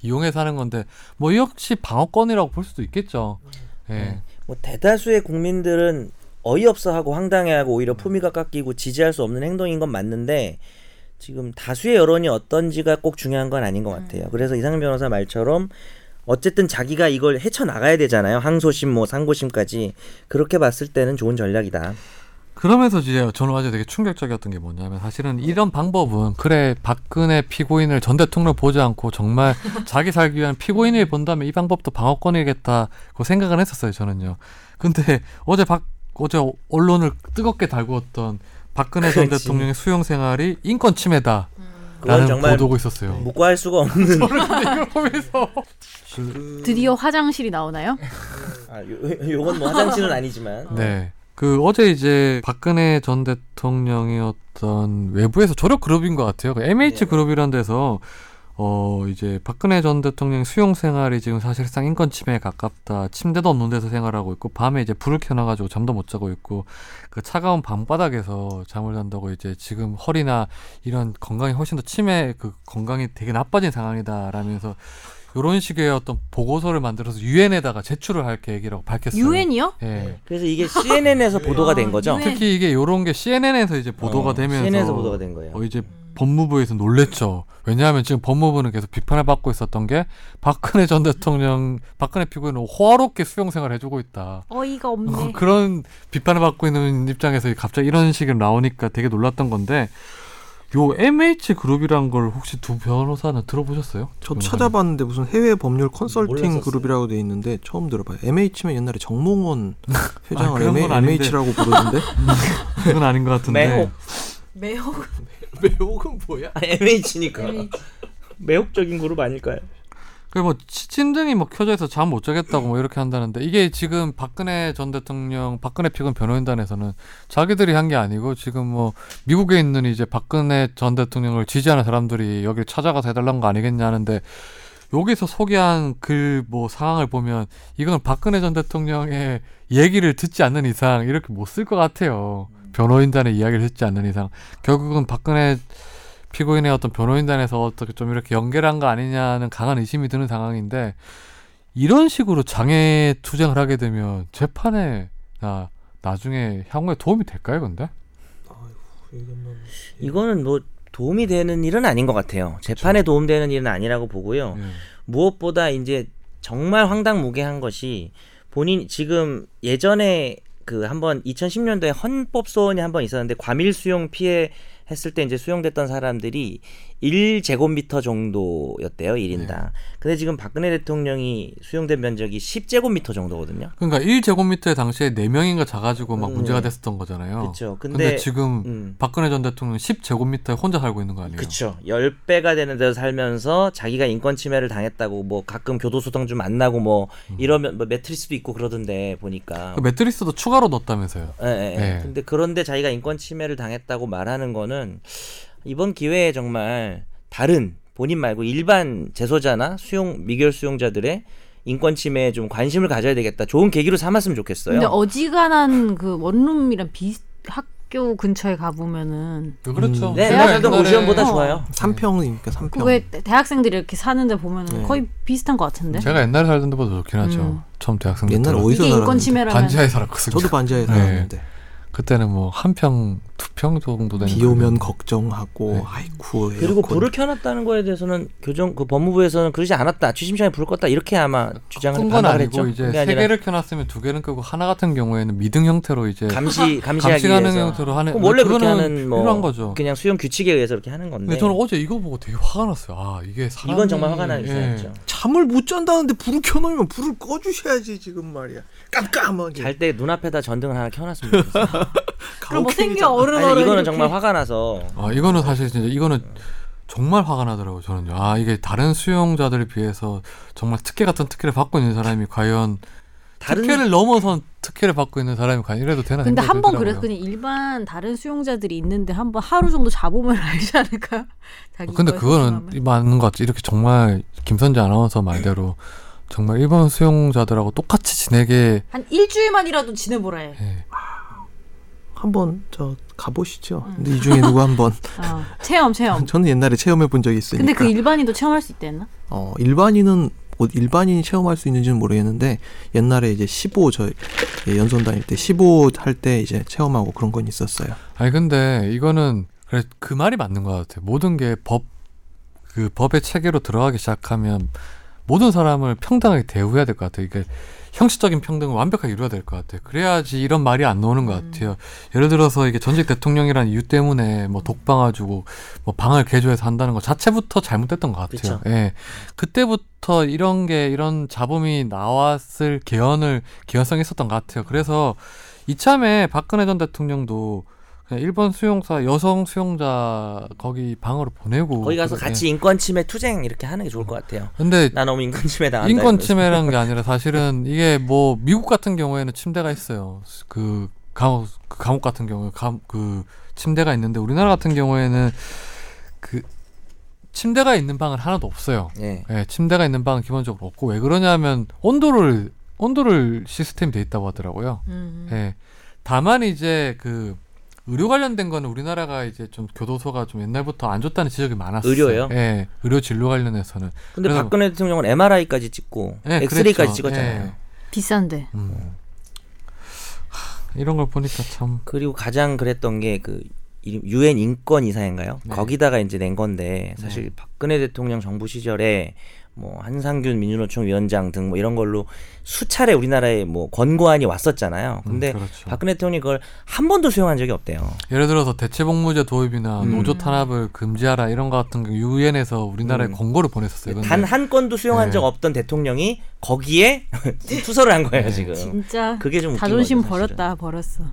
이용해서 하는 건데 뭐 이 역시 방어권이라고 볼 수도 있겠죠. 예.
뭐 대다수의 국민들은 어이없어하고 황당해하고
음.
오히려 품위가 깎이고 지지할 수 없는 행동인 건 맞는데 지금 다수의 여론이 어떤지가 꼭 중요한 건 아닌 것
음.
같아요. 그래서 이상민 변호사 말처럼 어쨌든 자기가 이걸 헤쳐나가야 되잖아요. 항소심 뭐 상고심까지 그렇게 봤을 때는 좋은 전략이다.
그러면서 이제 저는 아주 되게 충격적이었던 게 뭐냐면 사실은 이런 방법은 그래 박근혜 피고인을 전 대통령 보지 않고 정말 자기 살기 위한 피고인을 본다면 이 방법도 방어권이겠다고 그 생각을 했었어요 저는요. 근데 어제 박 어제 언론을 뜨겁게 달구었던 박근혜 전
그렇지.
대통령의 수용 생활이 인권 침해다라는
그건 정말 음.
보도가 있었어요.
묵과할 수가 없는
이걸 보면서
드디어 화장실이 나오나요?
아, 요, 요- 요건 뭐 화장실은 아니지만
네. 그 어제 이제 박근혜 전 대통령이 어떤 외부에서 조력 그룹인 것 같아요. 그
네.
MH 그룹이란 데서 어 이제 박근혜 전 대통령 수용 생활이 지금 사실상 인권 침해에 가깝다. 침대도 없는 데서 생활하고 있고 밤에 이제 불을 켜놔가지고 잠도 못 자고 있고 그 차가운 방바닥에서 잠을 잔다고 이제 지금 허리나 이런 건강이 훨씬 더 치매 그 건강이 되게 나빠진 상황이다라면서 요런 식의 어떤 보고서를 만들어서 유엔에다가 제출을 할 계획이라고 밝혔어요.
유엔이요?
예.
그래서 이게 CNN에서 보도가 된
아,
거죠.
유엔.
특히 이게 요런 게 CNN에서 이제 네. 보도가
어,
되면서
CNN에서 보도가 된 거예요.
어, 이제 법무부에서 놀랬죠. 왜냐하면 지금 법무부는 계속 비판을 받고 있었던 게 박근혜 전 대통령, 박근혜 피고인은 호화롭게 수용 생활을 해주고 있다.
어이가 없네.
그런 비판을 받고 있는 입장에서 갑자기 이런 식으로 나오니까 되게 놀랐던 건데 요 MH 그룹이란 걸 혹시 두 변호사는 들어보셨어요? 변호사님.
저도 찾아봤는데 무슨 해외 법률 컨설팅
몰랐었어요.
그룹이라고 돼 있는데 처음 들어봐요. MH면 옛날에 정몽원 회장을
그런 건 아닌데.
MH라고 부르던데 네.
그건 아닌 것 같은데.
매혹.
매혹
매혹은 뭐야?
아, MH니까
네.
매혹적인 그룹 아닐까요?
그뭐 침등이 뭐 켜져 있어 잠 못 자겠다고 뭐 이렇게 한다는데 이게 지금 박근혜 전 대통령 박근혜 피고인 변호인단에서는 자기들이 한 게 아니고 지금 뭐 미국에 있는 이제 박근혜 전 대통령을 지지하는 사람들이 여기를 찾아가서 해달라는 거 아니겠냐 하는데 여기서 소개한 그 뭐 상황을 보면 이건 박근혜 전 대통령의 얘기를 듣지 않는 이상 이렇게 못 쓸 것 같아요 변호인단의 이야기를 듣지 않는 이상 결국은 박근혜 피고인의 어떤 변호인단에서 어떻게 좀 이렇게 연결한 거 아니냐는 강한 의심이 드는 상황인데 이런 식으로 장애 투쟁을 하게 되면 재판에 나 나중에 향후에 도움이 될까요, 근데?
이거는 뭐 도움이 되는 일은 아닌 것 같아요. 재판에
그렇죠.
도움되는 일은 아니라고 보고요.
예.
무엇보다 이제 정말 황당무계한 것이 본인 지금 예전에 그 한번 2010년도에 헌법 소원이 한번 있었는데 과밀 수용 피해 했을 때 이제 수용됐던 사람들이 1제곱미터 정도였대요. 1인당.
네.
근데 지금 박근혜 대통령이 수용된 면적이 10제곱미터 정도거든요.
그러니까 1제곱미터에 당시에 4명인가 자가지고 막
음,
문제가
네.
됐었던 거잖아요.
그렇죠.
어. 근데,
근데,
지금
음.
박근혜 전 대통령 10제곱미터에 혼자 살고 있는 거 아니에요?
그쵸. 10배가 되는 데서 살면서 자기가 인권 침해를 당했다고 뭐 가끔 교도소장 좀 만나고 뭐 이러면 뭐 매트리스도 있고 그러던데 보니까.
음. 그 매트리스도 추가로 넣었다면서요.
예, 예.
예.
근데 그런데 자기가 인권 침해를 당했다고 말하는 거는 이번 기회에 정말 다른 본인 말고 일반 재소자나 수용 미결 수용자들의 인권 침해에 좀 관심을 가져야 되겠다. 좋은 계기로 삼았으면 좋겠어요.
근데 어지간한 그 원룸이랑 비슷 학교 근처에 가보면은
그렇죠.
네,
옛날
옛날에
옛날에
오시원보다
어.
좋아요.
3평이니까 3평.
그왜 대학생들이 이렇게 사는데 보면
네.
은 거의 비슷한 것 같은데.
제가 옛날에 살던 데보다 좋긴 하죠.
음.
처음 대학생 때
옛날
들어갔을
어디서
이게 인권
살았는데?
침해라면
반지하에 살았거든요.
저도 반지하에
네.
살았는데
그때는 뭐 한 평 두 평 정도 되는
비 오면 걱정하고
네.
아이쿠
그리고
에어컨.
불을 켜놨다는 거에 대해서는 교정 그 법무부에서는 그러지 않았다. 취심 시간에 불을 껐다 이렇게 아마 주장을
끈건
반박을
아니고
했죠.
이제
그게
세
아니라
개를 켜놨으면 두 개는 끄고 하나 같은 경우에는 미등 형태로 이제
감시 감시하기
감시 가능
위해서
형태로 하는
그럼 원래
그거는
그렇게 하는 뭐
필요한 거죠.
그냥 수용 규칙에 의해서 이렇게 하는 건데
근데 저는 어제 이거 보고 되게 화가 났어요. 아 이게 사람이
이건 정말 화가 나는
예.
주장이죠.
잠을 못 잔다는데 불을 켜놓으면 불을 꺼주셔야지 지금 말이야.
예.
깜깜하게.
잘 때 눈앞에다 전등을 하나 켜놨으면 좋겠어요.
그럼 뭐 생겨
가혹행위잖아.
어른
아니
어른
이거는
이렇게.
정말 화가 나서
아 이거는 사실 진짜 이거는 정말 화가 나더라고요. 저는요. 아 이게 다른 수용자들에 비해서 정말 특혜 같은 특혜를 받고 있는 사람이 과연
다른
특혜를 넘어선 특혜를 받고 있는 사람이 과연 이래도 되나
근데
생각이
한 번
들더라고요.
그래서 그냥 일반 다른 수용자들이 있는데 한 번 하루 정도 자보면 알지 않을까요? 자기
어, 근데
거에
그거는
집중하면.
맞는 것 같지. 이렇게 정말 김선재 아나운서 말대로 정말 일본 수용자들하고 똑같이 지내게
한 일주일만이라도 지내보라 해.
예.
한번 저 가보시죠.
음.
근데 이 중에 누구 한번
어, 체험 체험.
저는 옛날에 체험해 본 적이 있으니까.
근데 그 일반인도 체험할 수 있댔나?
어, 일반인은 뭐 일반인이 체험할 수 있는지는 모르겠는데 옛날에 이제 15저 연선 다닐 때 15 할 때 이제 체험하고 그런 건 있었어요.
아니 근데 이거는 그래 그 말이 맞는 것 같아요. 모든 게 법 그 법의 체계로 들어가기 시작하면 모든 사람을 평등하게 대우해야 될 것 같아요. 이게 형식적인 평등을 완벽하게 이루어야 될 것 같아요. 그래야지 이런 말이 안 나오는
음.
것 같아요. 예를 들어서 이게 전직 대통령이라는 이유 때문에 뭐 독방아 주고 뭐 방을 개조해서 한다는 것 자체부터 잘못됐던 것 같아요.
그쵸.
예. 그때부터 이런 게 이런 잡음이 나왔을 개연을 개연성이 있었던 것 같아요. 그래서 이참에 박근혜 전 대통령도 그냥 일본 수용사 여성 수용자 거기 방으로 보내고
거기 가서
뭐 그래.
같이 인권 침해 투쟁 이렇게 하는 게 좋을 것 같아요.
근데
나 너무 인권 침해 당한다.
예. 인권
이러면서.
침해라는 게 아니라 사실은 이게 뭐 미국 같은 경우에는 침대가 있어요. 그 감옥, 그 감옥 같은 경우에 감, 그 침대가 있는데 우리나라 같은 경우에는 그 침대가 있는 방은 하나도 없어요.
예.
예, 침대가 있는 방은 기본적으로 없고 왜 그러냐면 온도를 온도를 시스템이 돼 있다고 하더라고요.
음.
예. 다만 이제 그 의료 관련된 거는 우리나라가 이제 좀 교도소가 좀 옛날부터 안 좋다는 지적이 많았어요.
의료요?
예. 의료 진료 관련해서는
근데
그래서-
박근혜 대통령은 MRI까지 찍고
예,
엑스레이까지
그랬죠.
찍었잖아요.
예.
비싼데.
음. 하, 이런 걸 보니까 참 음,
그리고 가장 그랬던 게 그 유엔 인권 이사인가요?
네.
거기다가 이제 낸 건데 사실 박근혜 대통령 정부 시절에 뭐 한상균 민주노총 위원장 등 뭐 이런 걸로 수차례 우리나라에 뭐 권고안이 왔었잖아요. 근데
음, 그렇죠.
박근혜 대통령이 그걸 한 번도 수용한 적이 없대요.
예를 들어서 대체복무제 도입이나
음.
노조 탄압을 금지하라 이런 거 같은 경우 유엔에서 우리나라에
음.
권고를 보냈었어요. 네, 근데
단 한 건도 수용한
네.
적 없던 대통령이 거기에 투서를 한 거예요,
네.
지금.
진짜
네. 그게 좀 웃긴
자존심
거죠, 사실은.
버렸다 버렸어.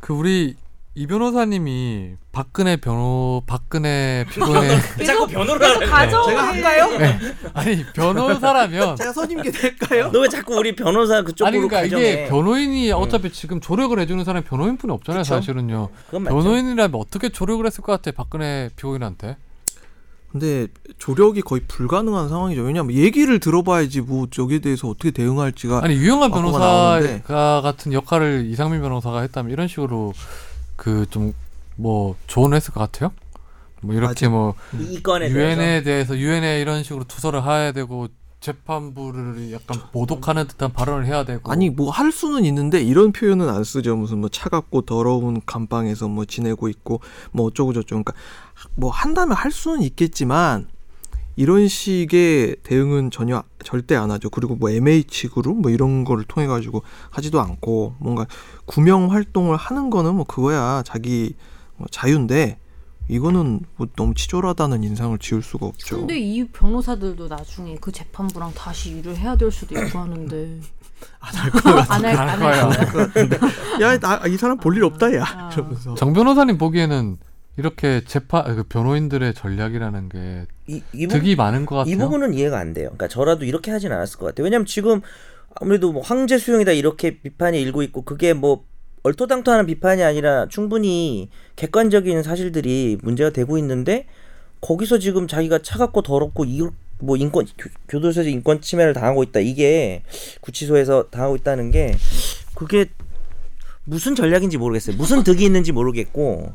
그 우리 이 변호사님이 박근혜 변호 박근혜 피고의
그 자꾸 변호를 하는 거야.
가져오는가요?
아니 변호사라면
제가 선임게 될까요?
너왜 자꾸 우리 변호사 그쪽으로
아니 그러니까
가정해?
이게 변호인이 어차피 지금 조력을 해주는 사람이 변호인뿐이 없잖아요
그쵸?
사실은요
그건 맞죠.
변호인이라면 어떻게 조력을 했을 것 같아 박근혜 피고인한테
근데 조력이 거의 불가능한 상황이죠. 왜냐하면 얘기를 들어봐야지 뭐 저기에 대해서 어떻게 대응할지가
아니 유영한
아빠가 나오는데.
변호사가 같은 역할을 이상민 변호사가 했다면 이런 식으로 그 좀 뭐 조언을 했을 것 같아요 뭐 이렇게
맞아.
뭐
이 건에 대해서
유엔에 대해서 유엔에 이런 식으로 투서를 해야 되고 재판부를 약간 모독하는 듯한 발언을 해야 되고
아니 뭐 할 수는 있는데 이런 표현은 안 쓰죠. 무슨 뭐 차갑고 더러운 감방에서 뭐 지내고 있고 뭐 어쩌고 저쩌고 그러니까 뭐 한다면 할 수는 있겠지만 이런 식의 대응은 전혀 절대 안 하죠. 그리고 뭐 MH 그룹 뭐 이런 거를 통해 가지고 하지도 않고 뭔가 구명 활동을 하는 거는 뭐 그거야 자기 뭐 자유인데 이거는 뭐 너무 치졸하다는 인상을 지울 수가 없죠.
근데 이 변호사들도 나중에 그 재판부랑 다시 일을 해야 될 수도 있고 하는데
안
안할안할
할 거야.
야나 이 사람 볼 일 없다 야
아.
이러면서
정 변호사님 보기에는 이렇게 재판 그 변호인들의 전략이라는 게
이, 이 부분
득이 많은 것 같아요.
이 부분은 이해가 안 돼요. 그러니까 저라도 이렇게 하진 않았을 것 같아요. 왜냐면 지금 아무래도 뭐 황제 수용이다 이렇게 비판이 일고 있고 그게 뭐 얼토당토하는 비판이 아니라 충분히 객관적인 사실들이 문제가 되고 있는데 거기서 지금 자기가 차갑고 더럽고 이, 뭐 인권 교- 교도소에서 인권 침해를 당하고 있다 이게 구치소에서 당하고 있다는 게 그게 무슨 전략인지 모르겠어요. 무슨 득이 있는지 모르겠고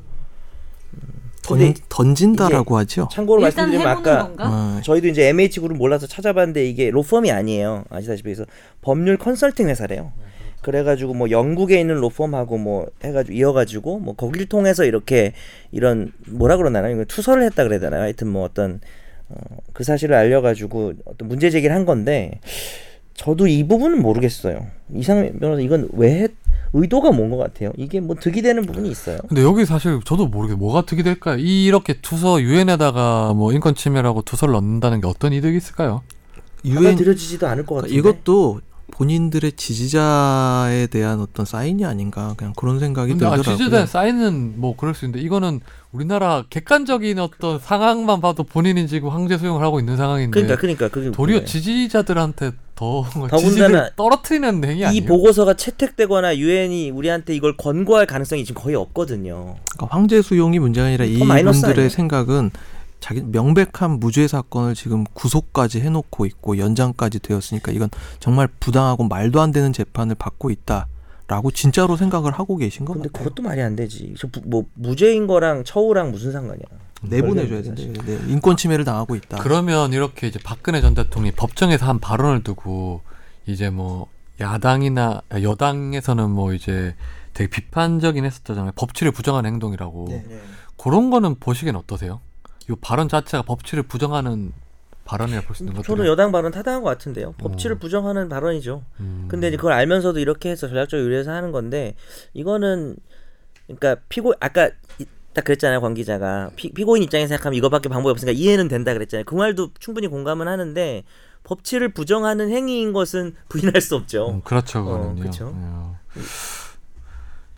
던, 던진다라고 하죠.
참고로
일단
말씀드리면
해보는
아까
건가?
어,
저희도 이제 MH 네, 그룹 몰라서 찾아봤는데 이게 로펌이 아니에요. 아시다시피 그래서 법률 컨설팅 회사래요. 그래가지고 뭐 영국에 있는 로펌하고 뭐 해가지고 이어가지고 뭐 거길 통해서 이렇게 이런 뭐라 그러나요? 이거 투서를 했다 그래야 되나요? 하여튼 뭐 어떤 어, 그 사실을 알려가지고 어떤 문제 제기를 한 건데 저도 이 부분은 모르겠어요. 이상 변호사 이건 왜 했- 의도가 뭔 것 같아요? 이게 뭐 득이 되는 부분이 있어요.
근데 여기 사실 저도 모르게 뭐가 득이 될까요? 이- 이렇게 투서 유엔에다가 뭐 인권 침해라고 투서를 넣는다는 게 어떤 이득이 있을까요?
유엔
받아들여지지도 않을 것 같은데.
이것도 본인들의 지지자에 대한 어떤 사인이 아닌가 그냥 그런 생각이
근데 아,
들더라고요.
취재된 사인은 뭐 그럴 수 있는데 이거는 우리나라 객관적인 어떤 상황만 봐도 본인이 지금 황제 수용을 하고 있는 상황인데
그러니까 그러니까 그게
네. 도리어
문제예요.
지지자들한테 더
더군다나
지지를 떨어뜨리는 행위
이
아니에요?
보고서가 채택되거나 유엔이 우리한테 이걸 권고할 가능성이 지금 거의 없거든요.
그러니까 황제 수용이 문제가 아니라
더 마이너스 아니에요?
이분들의 생각은 자기 명백한 무죄 사건을 지금 구속까지 해놓고 있고 연장까지 되었으니까 이건 정말 부당하고 말도 안 되는 재판을 받고 있다라고 진짜로 생각을 하고 계신 것
근데
같아요.
그것도 말이 안 되지. 저 뭐 무죄인 거랑 처우랑 무슨 상관이야?
내보내줘야
걸려야
된다. 네, 인권 침해를 당하고 있다.
그러면 이렇게 이제 박근혜 전 대통령이 법정에서 한 발언을 두고 이제 뭐 야당이나 아, 여당에서는 뭐 이제 되게 비판적인 했었잖아요. 법치를 부정하는 행동이라고.
네.
그런 거는 보시기엔 어떠세요? 이 발언 자체가 법치를 부정하는 발언이라 볼 수 있는
저는
것들은
여당 발언 타당한 것 같은데요. 법치를 부정하는 발언이죠.
음.
근데 이제 그걸 알면서도 이렇게 해서 전략적 유리해서 하는 건데 이거는 그러니까 피고 아까 이- 딱 그랬잖아요 관 기자가 피, 피고인 입장에서 생각하면 이거밖에 방법이 없으니까 이해는 된다 그랬잖아요 그 말도 충분히 공감은 하는데 법치를 부정하는 행위인 것은 부인할 수 없죠
음, 그렇죠,
어,
그거는요.
그쵸.
예.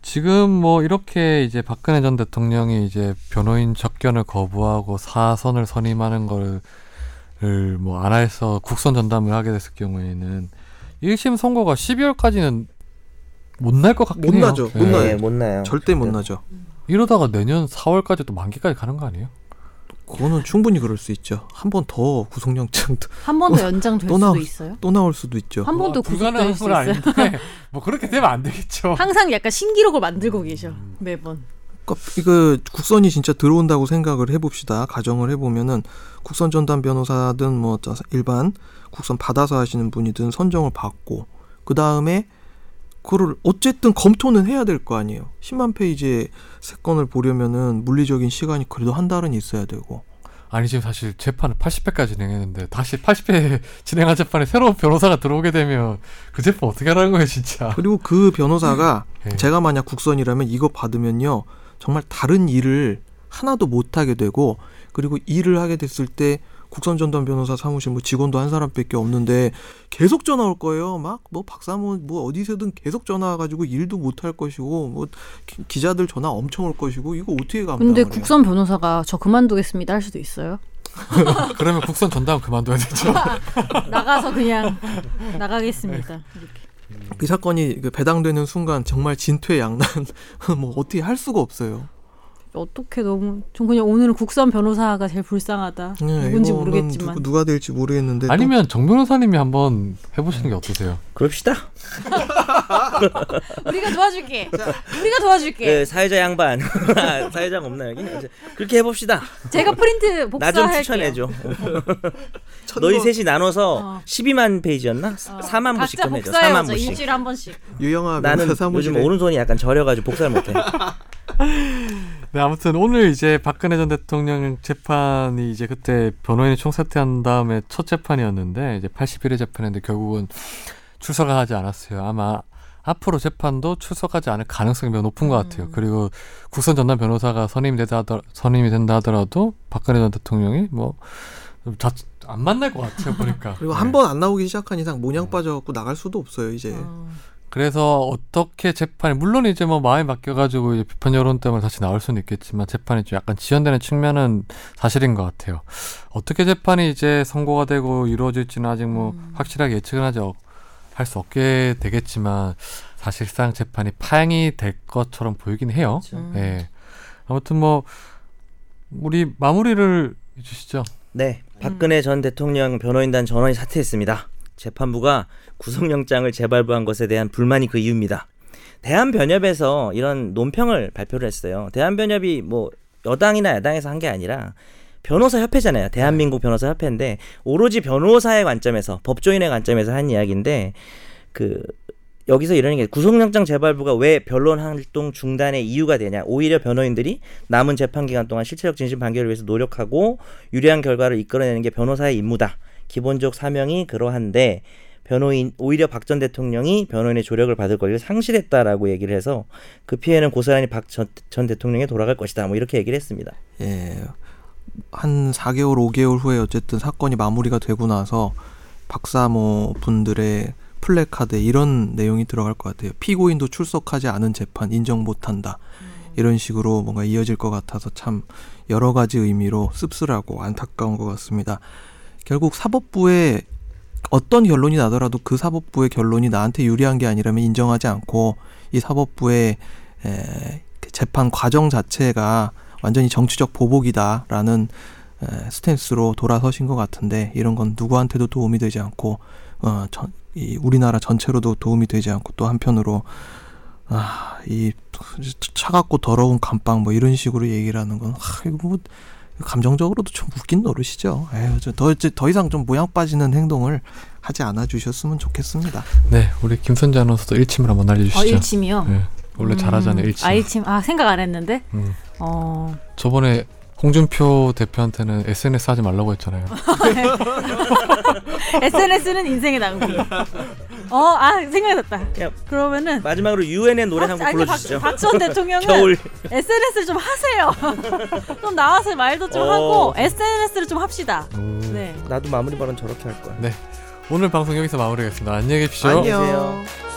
지금 뭐 이렇게 이제 박근혜 전 대통령이 이제 변호인 접견을 거부하고 사선을 선임하는 거를 뭐 안해서 국선 전담을 하게 됐을 경우에는 1심 선고가 12월까지는 못 날 것 같긴
못
해요.
나죠. 못
예.
나요.
네, 못 나요
절대 못 나죠.
이러다가 내년 4월까지 또 만기까지 가는 거 아니에요?
그거는 충분히 그럴 수 있죠. 한 번 더 구속영장
한 번 더 연장될
또
수도
나오-
있어요.
또 나올 수도 있죠.
한 번 더 구속될 수 있어요.
뭐 불가능한 건 아닌데 뭐 그렇게 되면 안
어.
되겠죠.
항상 약간 신기록을 만들고 계셔 매번.
음.
그러니까 이거 국선이 진짜 들어온다고 생각을 해봅시다. 가정을 해보면은 국선 전담 변호사든 뭐 자- 일반 국선 받아서 하시는 분이든 선정을 받고 그 다음에 그걸 어쨌든 검토는 해야 될 거 아니에요. 10만 페이지의 사건을 보려면은 물리적인 시간이 그래도 한 달은 있어야 되고
아니 지금 사실 재판을 80회까지 진행했는데 다시 80회 진행한 재판에 새로운 변호사가 들어오게 되면 그 재판 어떻게 하라는 거예요 진짜
그리고 그 변호사가
예.
제가 만약 국선이라면 이거 받으면요 정말 다른 일을 하나도 못 하게 되고 그리고 일을 하게 됐을 때 국선 전담 변호사 사무실 뭐 직원도 한 사람밖에 없는데 계속 전화 올 거예요 막 뭐 박사모 뭐 어디서든 계속 전화 와가지고 일도 못 할 것이고 뭐 기- 기자들 전화 엄청 올 것이고 이거 어떻게 감당해요?
근데 국선 변호사가 저 그만두겠습니다 할 수도 있어요.
그러면 국선 전담 그만둬야 되죠
나가서 그냥
네.
나가겠습니다. 이렇게.
이 사건이 그 배당되는 순간 정말 진퇴양난 뭐 어떻게 할 수가 없어요.
어떻게 너무 전 그냥 오늘은 국선 변호사가 제일 불쌍하다.
네,
누군지
이거는
모르겠지만
누구, 누가 될지 모르겠는데 또
아니면 정 변호사님이 한번 해보시는 게 어떠세요?
그럽시다
우리가 도와줄게. 우리가 도와줄게.
그 사회자 양반 아, 사회자가 없나 여기 그렇게 해봅시다
제가 프린트
나 좀
복사할게요.
추천해줘
천거-
너희 셋이 나눠서
어.
12만 페이지였나
어,
4만 부씩
각자
보내줘
복사해보자.
4만 부씩
일주일에 한 번씩.
유영아
나는
변호사
요즘
사무실에
오른손이 약간 저려가지고 복사를 못해.
네 아무튼 오늘 이제 박근혜 전 대통령 재판이 이제 그때 변호인이 총사퇴한 다음에 첫 재판이었는데 이제 81회 재판인데 결국은 출석을 하지 않았어요 아마 앞으로 재판도 출석하지 않을 가능성이 매우 높은 것 같아요.
음.
그리고 국선 전담 변호사가 선임이 되다 하더, 선임이 된다 하더라도 박근혜 전 대통령이 뭐 뭐안 만날 것 같아요 보니까.
그리고
네.
한 번 안 나오기 시작한 이상 모냥 빠져갖고 나갈 수도 없어요 이제
어.
그래서 어떻게 재판이 물론 이제 뭐 마음이 바뀌어가지고 이제 비판 여론 때문에 다시 나올 수는 있겠지만 재판이 좀 약간 지연되는 측면은 사실인 것 같아요. 어떻게 재판이 이제 선고가 되고 이루어질지는 아직 뭐
음.
확실하게 예측은 하지 할 수 없게 되겠지만 사실상 재판이 파행이 될 것처럼 보이긴 해요. 예.
음.
아무튼 뭐 우리 마무리를 해주시죠.
네, 박근혜 전 대통령 변호인단 전원이 사퇴했습니다. 재판부가 구속영장을 재발부한 것에 대한 불만이 그 이유입니다. 대한변협에서 이런 논평을 발표를 했어요. 대한변협이 뭐 여당이나 야당에서 한 게 아니라 변호사 협회잖아요. 대한민국 변호사 협회인데 오로지 변호사의 관점에서 법조인의 관점에서 한 이야기인데 그 여기서 이러는 게 구속영장 재발부가 왜 변론 활동 중단의 이유가 되냐? 오히려 변호인들이 남은 재판 기간 동안 실체적 진실 판결을 위해서 노력하고 유리한 결과를 이끌어내는 게 변호사의 임무다. 기본적 사명이 그러한데 변호인 오히려 박 전 대통령이 변호인의 조력을 받을 권리를 상실했다라고 얘기를 해서 그 피해는 고스란히 박 전 대통령에 돌아갈 것이다. 뭐 이렇게 얘기를 했습니다.
예. 한 4개월, 5개월 후에 어쨌든 사건이 마무리가 되고 나서 박사모 뭐 분들의 플래카드 이런 내용이 들어갈 것 같아요. 피고인도 출석하지 않은 재판 인정 못한다. 이런 식으로 뭔가 이어질 것 같아서 참 여러 가지 의미로 씁쓸하고 안타까운 것 같습니다. 결국 사법부의 어떤 결론이 나더라도 그 사법부의 결론이 나한테 유리한 게 아니라면 인정하지 않고 이 사법부의 에, 그 재판 과정 자체가 완전히 정치적 보복이다라는 에, 스탠스로 돌아서신 것 같은데 이런 건 누구한테도 도움이 되지 않고 어, 전, 이 우리나라 전체로도 도움이 되지 않고 또 한편으로 아, 이 차갑고 더러운 감방 뭐 이런 식으로 얘기를 하는 건 하, 이거 뭐 감정적으로도 좀 웃긴 노릇이죠. 에휴, 저더 이제 더 이상 좀 모양 빠지는 행동을 하지 않아 주셨으면 좋겠습니다.
네, 우리 김선재 아나운서도 일침을 한번
어,
날려주시죠.
일침이요.
네.
예, 원래
음,
잘하잖아요, 일침.
아 일침 아 생각 안 했는데.
음.
어
저번에 홍준표 대표한테는 SNS 하지 말라고 했잖아요.
SNS는 인생의 낭비. 어아 생각났다.
야,
그러면은
마지막으로 유엔의 노래 한 곡
아니,
불러주시죠.
박- 박지원 대통령은
겨울.
SNS를 좀 하세요. 좀 나와서 말도 좀
어.
하고 SNS를 좀 합시다.
음.
네.
나도 마무리 발언 저렇게 할 거야.
오늘 방송 여기서 마무리하겠습니다. 안녕히 계십시오.
안녕히 계세요.
안녕.